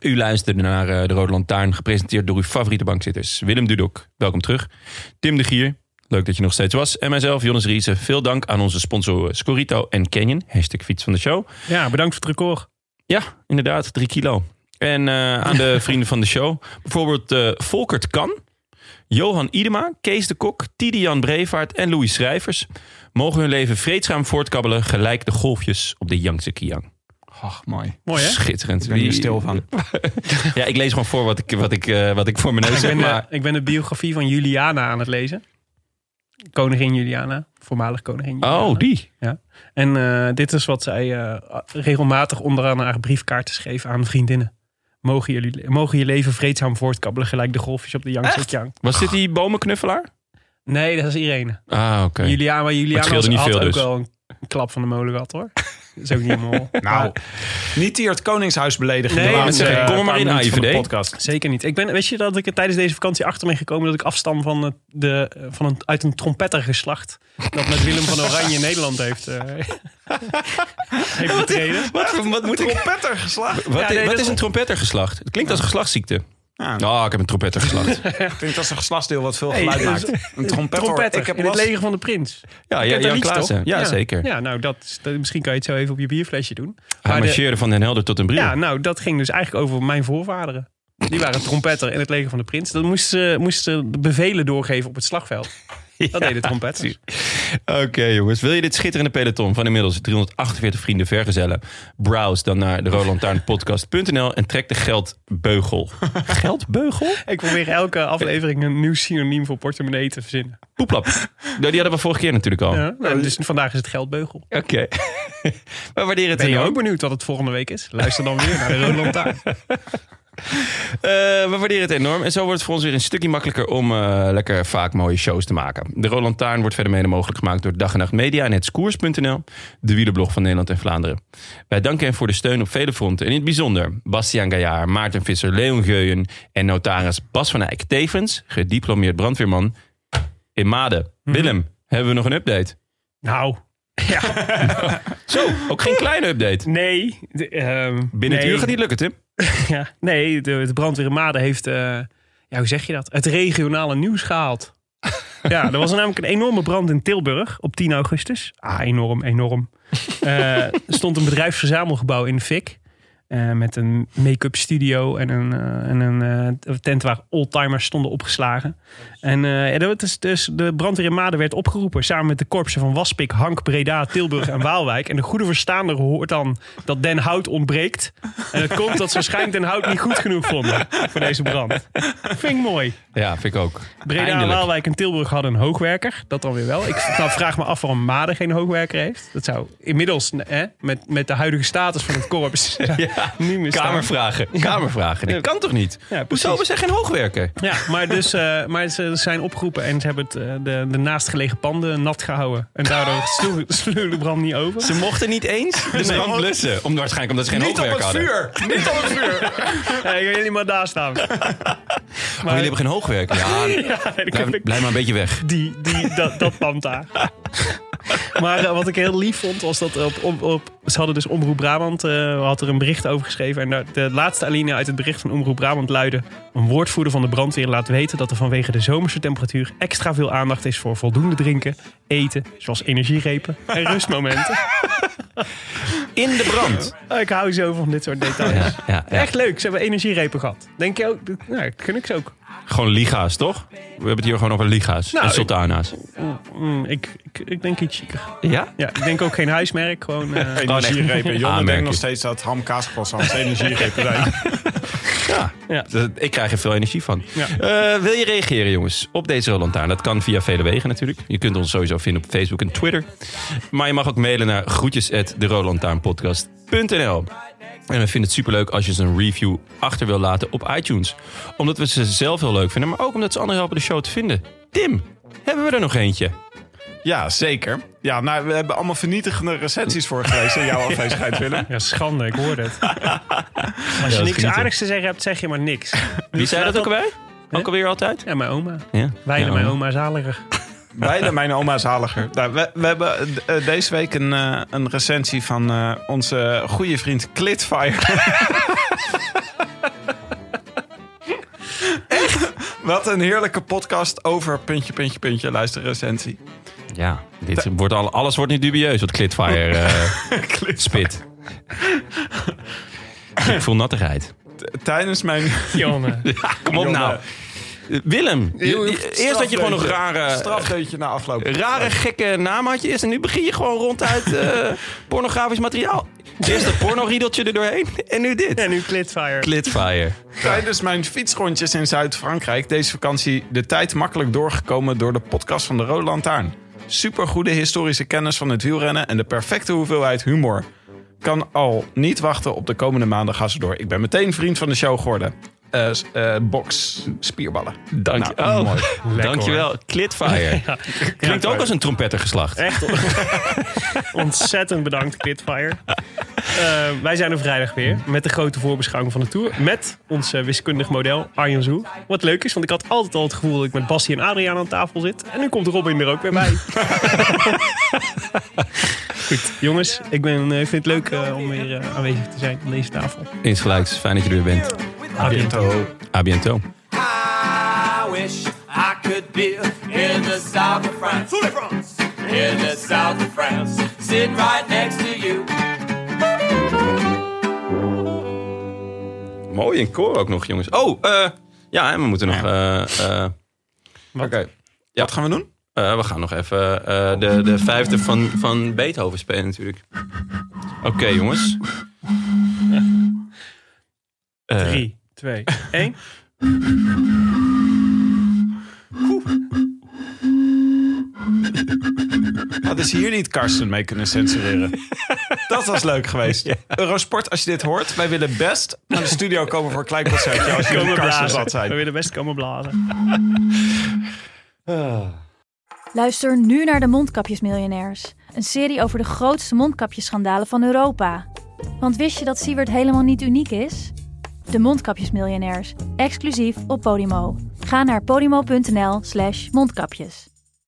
U luisterde naar eh, De Rode Lantaarn, gepresenteerd door uw favoriete bankzitters. Willem Dudok, welkom terug. Tim de Gier, leuk dat je nog steeds was. En mijzelf, Jonas Riese. Veel dank aan onze sponsoren Scorito en Canyon. Hashtag fiets van de show.
ja, bedankt voor het record.
Ja, inderdaad, drie kilo. En eh, aan de vrienden van de show. Bijvoorbeeld eh, Volkert Kan, Johan Idema, Kees de Kok, Tidian Brevaart en Louis Schrijvers. Mogen hun leven vreedzaam voortkabbelen, gelijk de golfjes op de Yangtze Kiang.
Ach, mooi.
Mooi, hè?
Schitterend.
Ik ben hier
Die-
stil van.
Ja, ik lees gewoon voor wat ik, wat ik, eh, wat ik voor mijn neus
Ik
heb.
ben, eh,
Maar
ik ben de biografie van Juliana aan het lezen. Koningin Juliana, voormalig koningin Juliana.
Oh, die.
En eh, dit is wat zij eh, regelmatig onderaan haar briefkaarten schreef aan vriendinnen. Mogen, jullie, mogen je leven vreedzaam voortkabbelen, gelijk de golfjes op de Yangtze Kiang.
Was dit die bomenknuffelaar?
Nee, dat is Irene.
Ah, oké.
Juliana, maar Juliana
scheelde niet
had
veel
ook
dus.
wel een klap van de molen gehad, hoor. Dat is ook niet helemaal...
Nou,
Maar
niet hier het Koningshuis beledigen.
Nee,
de
dat
laatste,
zeg ik.
eh,
Kom er maar
paar
in,
minuten van de
AIVD.
podcast.
zeker niet. Ik ben, weet je dat ik er tijdens deze vakantie achter ben gekomen dat ik afstam van het, de, van een, uit een trompettergeslacht. Dat met Willem van Oranje in Nederland heeft, eh heeft betreden.
Wat, voor- wat moet ik...
Trompetter geslagen.
Wat,
Ja, nee,
wat
dat-
is een trompettergeslacht? Het klinkt als een geslachtsziekte.
Ja,
Ah, ik heb een trompettergeslacht.
ik denk dat is een geslachtsdeel wat veel
Hey,
geluid
dat is-
maakt. Een trompetter.
Trompetter
ik heb
in het
last-
leger van de prins.
Ja, ja
Kent dat
Jan
lied,
Klaassen.
toch?
Ja, zeker.
Ja, nou, dat, is- dat- misschien kan je het zo even op je bierflesje doen.
Hij
Maar de-
marcheerde van Den Helder tot een bril.
ja, nou, dat ging dus eigenlijk over mijn voorvaderen. Die waren trompetter in het leger van de prins. Dat moesten ze moesten de bevelen doorgeven op het slagveld. Dat deden trompetters.
Oké jongens, wil je dit schitterende peloton van inmiddels 348 vrienden vergezellen? Browse dan naar de rolandtaarnpodcast.nl en trek de geldbeugel. Geldbeugel?
Ik probeer elke aflevering een nieuw synoniem voor portemonnee te verzinnen.
Poeplap. Nou, die hadden we vorige keer natuurlijk al.
Ja, nou, dus vandaag is het geldbeugel.
Oké. we waarderen het
Ben je
enorm.
ook benieuwd wat het volgende week is? Luister dan weer naar de Rode Lantaarn.
Eh, we waarderen het enorm. En zo wordt het voor ons weer een stukje makkelijker om eh, lekker vaak mooie shows te maken. De Roland Taarn wordt verder mede mogelijk gemaakt door Dag en Nacht Media en hetskoers.nl, de wielerblog van Nederland en Vlaanderen. Wij danken hen voor de steun op vele fronten. En in het bijzonder Bastiaan Gaillard, Maarten Visser, Leon Geuyen en notaris Bas van Eyck. Tevens gediplomeerd brandweerman in Maden.
Mhm.
Willem, hebben we nog een update?
Nou,
Zo, ook geen kleine update.
nee. de- ehm,
Binnen het
nee.
uur gaat niet lukken, Tim.
Ja, nee, de, de brandweer in Maden heeft, eh, ja, hoe zeg je dat? Het regionale nieuws gehaald. ja, er was namelijk een enorme brand in Tilburg op 10 augustus. Ah, enorm, enorm. Eh, er stond een bedrijfsverzamelgebouw in de fik. eh, met een make-up studio en een, eh, en een eh, tent waar oldtimers stonden opgeslagen. En eh, ja, dat is dus de brandweer in Maden werd opgeroepen samen met de korpsen van Waspik, Hank, Breda, Tilburg en Waalwijk. En de goede verstaander hoort dan dat Den Hout ontbreekt. En het komt dat ze waarschijnlijk Den Hout niet goed genoeg vonden voor deze brand. Vind ik mooi.
Ja, vind ik ook.
Breda,
Eindelijk.
Waalwijk en Tilburg hadden een hoogwerker. Dat dan weer wel. Ik v- nou, vraag me af waarom Maden geen hoogwerker heeft. Dat zou inmiddels hè, met, met de huidige status van het korps eh,
Ja.
niet meer staan.
Kamervragen, kamervragen. Dat kan toch niet?
Ja, precies.
Hoezo, we zijn geen hoogwerker.
Ja, maar, dus, eh, maar ze zijn opgeroepen en ze hebben het, eh, de, de naastgelegen panden nat gehouden. En daardoor sloeg- sloeg de brand niet over.
Ze mochten niet eens de brand blussen. Om, waarschijnlijk omdat ze geen
Niet op
hoogwerker hadden.
het vuur. Niet op het vuur.
Ja, ik wil jullie maar daar staan.
Maar jullie hebben geen hoogwerker. Ja,
Ja, nee, dat
blijf,
heb ik-
blijf maar een beetje weg.
die, die, dat, dat pand daar. Maar eh, wat ik heel lief vond, was dat op, op, op- ze hadden dus Omroep Brabant, eh, had er een bericht over geschreven. En daar- de laatste alinea uit het bericht van Omroep Brabant luidde... Een woordvoerder van de brandweer laat weten dat er vanwege de zomerse temperatuur... extra veel aandacht is voor voldoende drinken, eten, zoals energierepen en rustmomenten. Oh,
In de brand.
ik hou zo van dit soort details.
Ja, ja, ja.
Echt leuk, ze hebben energierepen gehad. Denk je ook, nou, dat gun ik ze ook.
Gewoon liga's, toch? We hebben het hier gewoon over liga's
Nou,
en
ik-
sultana's.
Mm, ik, ik, ik denk iets chiquer.
Ja?
Ja, ik denk ook geen huismerk, gewoon... eh,
Energierepen. Jonne
Aanmerking.
denkt nog steeds dat ham kaaspas als energierepen zijn.
Ja.
Ja.
Dus Ik krijg er veel energie van.
Ja.
Eh, wil je reageren, jongens, op deze Rolantaan? Dat kan via vele wegen natuurlijk. Je kunt ons sowieso vinden op Facebook en Twitter. Maar je mag ook mailen naar groetjes En we vinden het superleuk als je ze een review achter wil laten op iTunes. Omdat we ze zelf heel leuk vinden, maar ook omdat ze anderen helpen de show te vinden. Tim, hebben we er nog eentje?
Ja, zeker. Ja, nou, we hebben allemaal vernietigende recensies voor gelezen in jouw afwezigheid, Willem.
Ja, schande, ik hoor het. Als
dat
je
is
niks
genieten.
aardigs te zeggen hebt, zeg je maar niks.
Wie
Dus
zei dat ook
wel?
alweer? Ook alweer altijd?
Ja, mijn oma.
Ja.
Weide,
Ja,
mijn oma zaliger.
Beide mijn oma is haliger. Nou, we, we hebben eh, deze week een, eh, een recensie van eh, onze goede vriend Clitfire. Echt? Wat een heerlijke podcast over puntje, puntje, puntje. Luister recensie.
Ja, dit wordt al, alles wordt nu dubieus wat Clitfire eh, spit. Ik voel nattigheid.
T- Tijdens mijn...
Jonne.
Kom op
Jongen.
nou. Willem, je- je- eerst had je gewoon nog
Strafdeuntje.
rare,
Strafdeuntje na afloop.
rare gekke naam had je eerst. En nu begin je gewoon ronduit eh, pornografisch materiaal. Eerst dat pornoriedeltje er doorheen en nu dit.
En nu Clitfire.
Clitfire.
Tijdens dus mijn fietsrondjes in Zuid-Frankrijk deze vakantie de tijd makkelijk doorgekomen door de podcast van de Rode Lantaarn. Supergoede historische kennis van het wielrennen en de perfecte hoeveelheid humor. Kan al niet wachten op de komende maanden gaan ze door. Ik ben meteen vriend van de show geworden. Eh, s- eh, box, spierballen.
Dank je.
Nou, mooi.
oh, dankjewel. Clitfire. Klinkt ook als een trompettergeslacht.
Echt ontzettend bedankt, Clitfire. Eh, wij zijn er vrijdag weer met de grote voorbeschouwing van de Tour. Met ons eh, wiskundig model Arjen Zoe. Wat leuk is, want ik had altijd al het gevoel dat ik met Bassie en Adriaan aan tafel zit. En nu komt Robin er ook weer bij. Goed, jongens, ik ben, eh, vind het leuk eh, om weer eh, aanwezig te zijn aan deze tafel.
Insgelijks, fijn dat je er weer bent.
A bientôt.
A bientôt.
I wish I could be in the south of France. France. In the south of France, sitting right next to you.
Mooi in koor ook nog, jongens. Oh, eh, ja, en we moeten nog... eh, eh,
Oké, wat gaan we doen?
Eh, we gaan nog even eh, de, de vijfde van, van Beethoven spelen natuurlijk. Oké jongens. Eh,
3, 2, 1.
Hadden ze hier niet Karsten mee kunnen censureren? Dat was leuk geweest. Eurosport, als je dit hoort, wij willen best naar de studio komen voor een klein concertje als jullie Karsten zat
We
zijn.
willen best komen blazen.
Luister nu naar de Mondkapjesmiljonairs. Een serie over de grootste mondkapjesschandalen van Europa. Want wist je dat Siewert helemaal niet uniek is? De Mondkapjesmiljonairs. Exclusief op Podimo. Ga naar podimo.nl slash mondkapjes.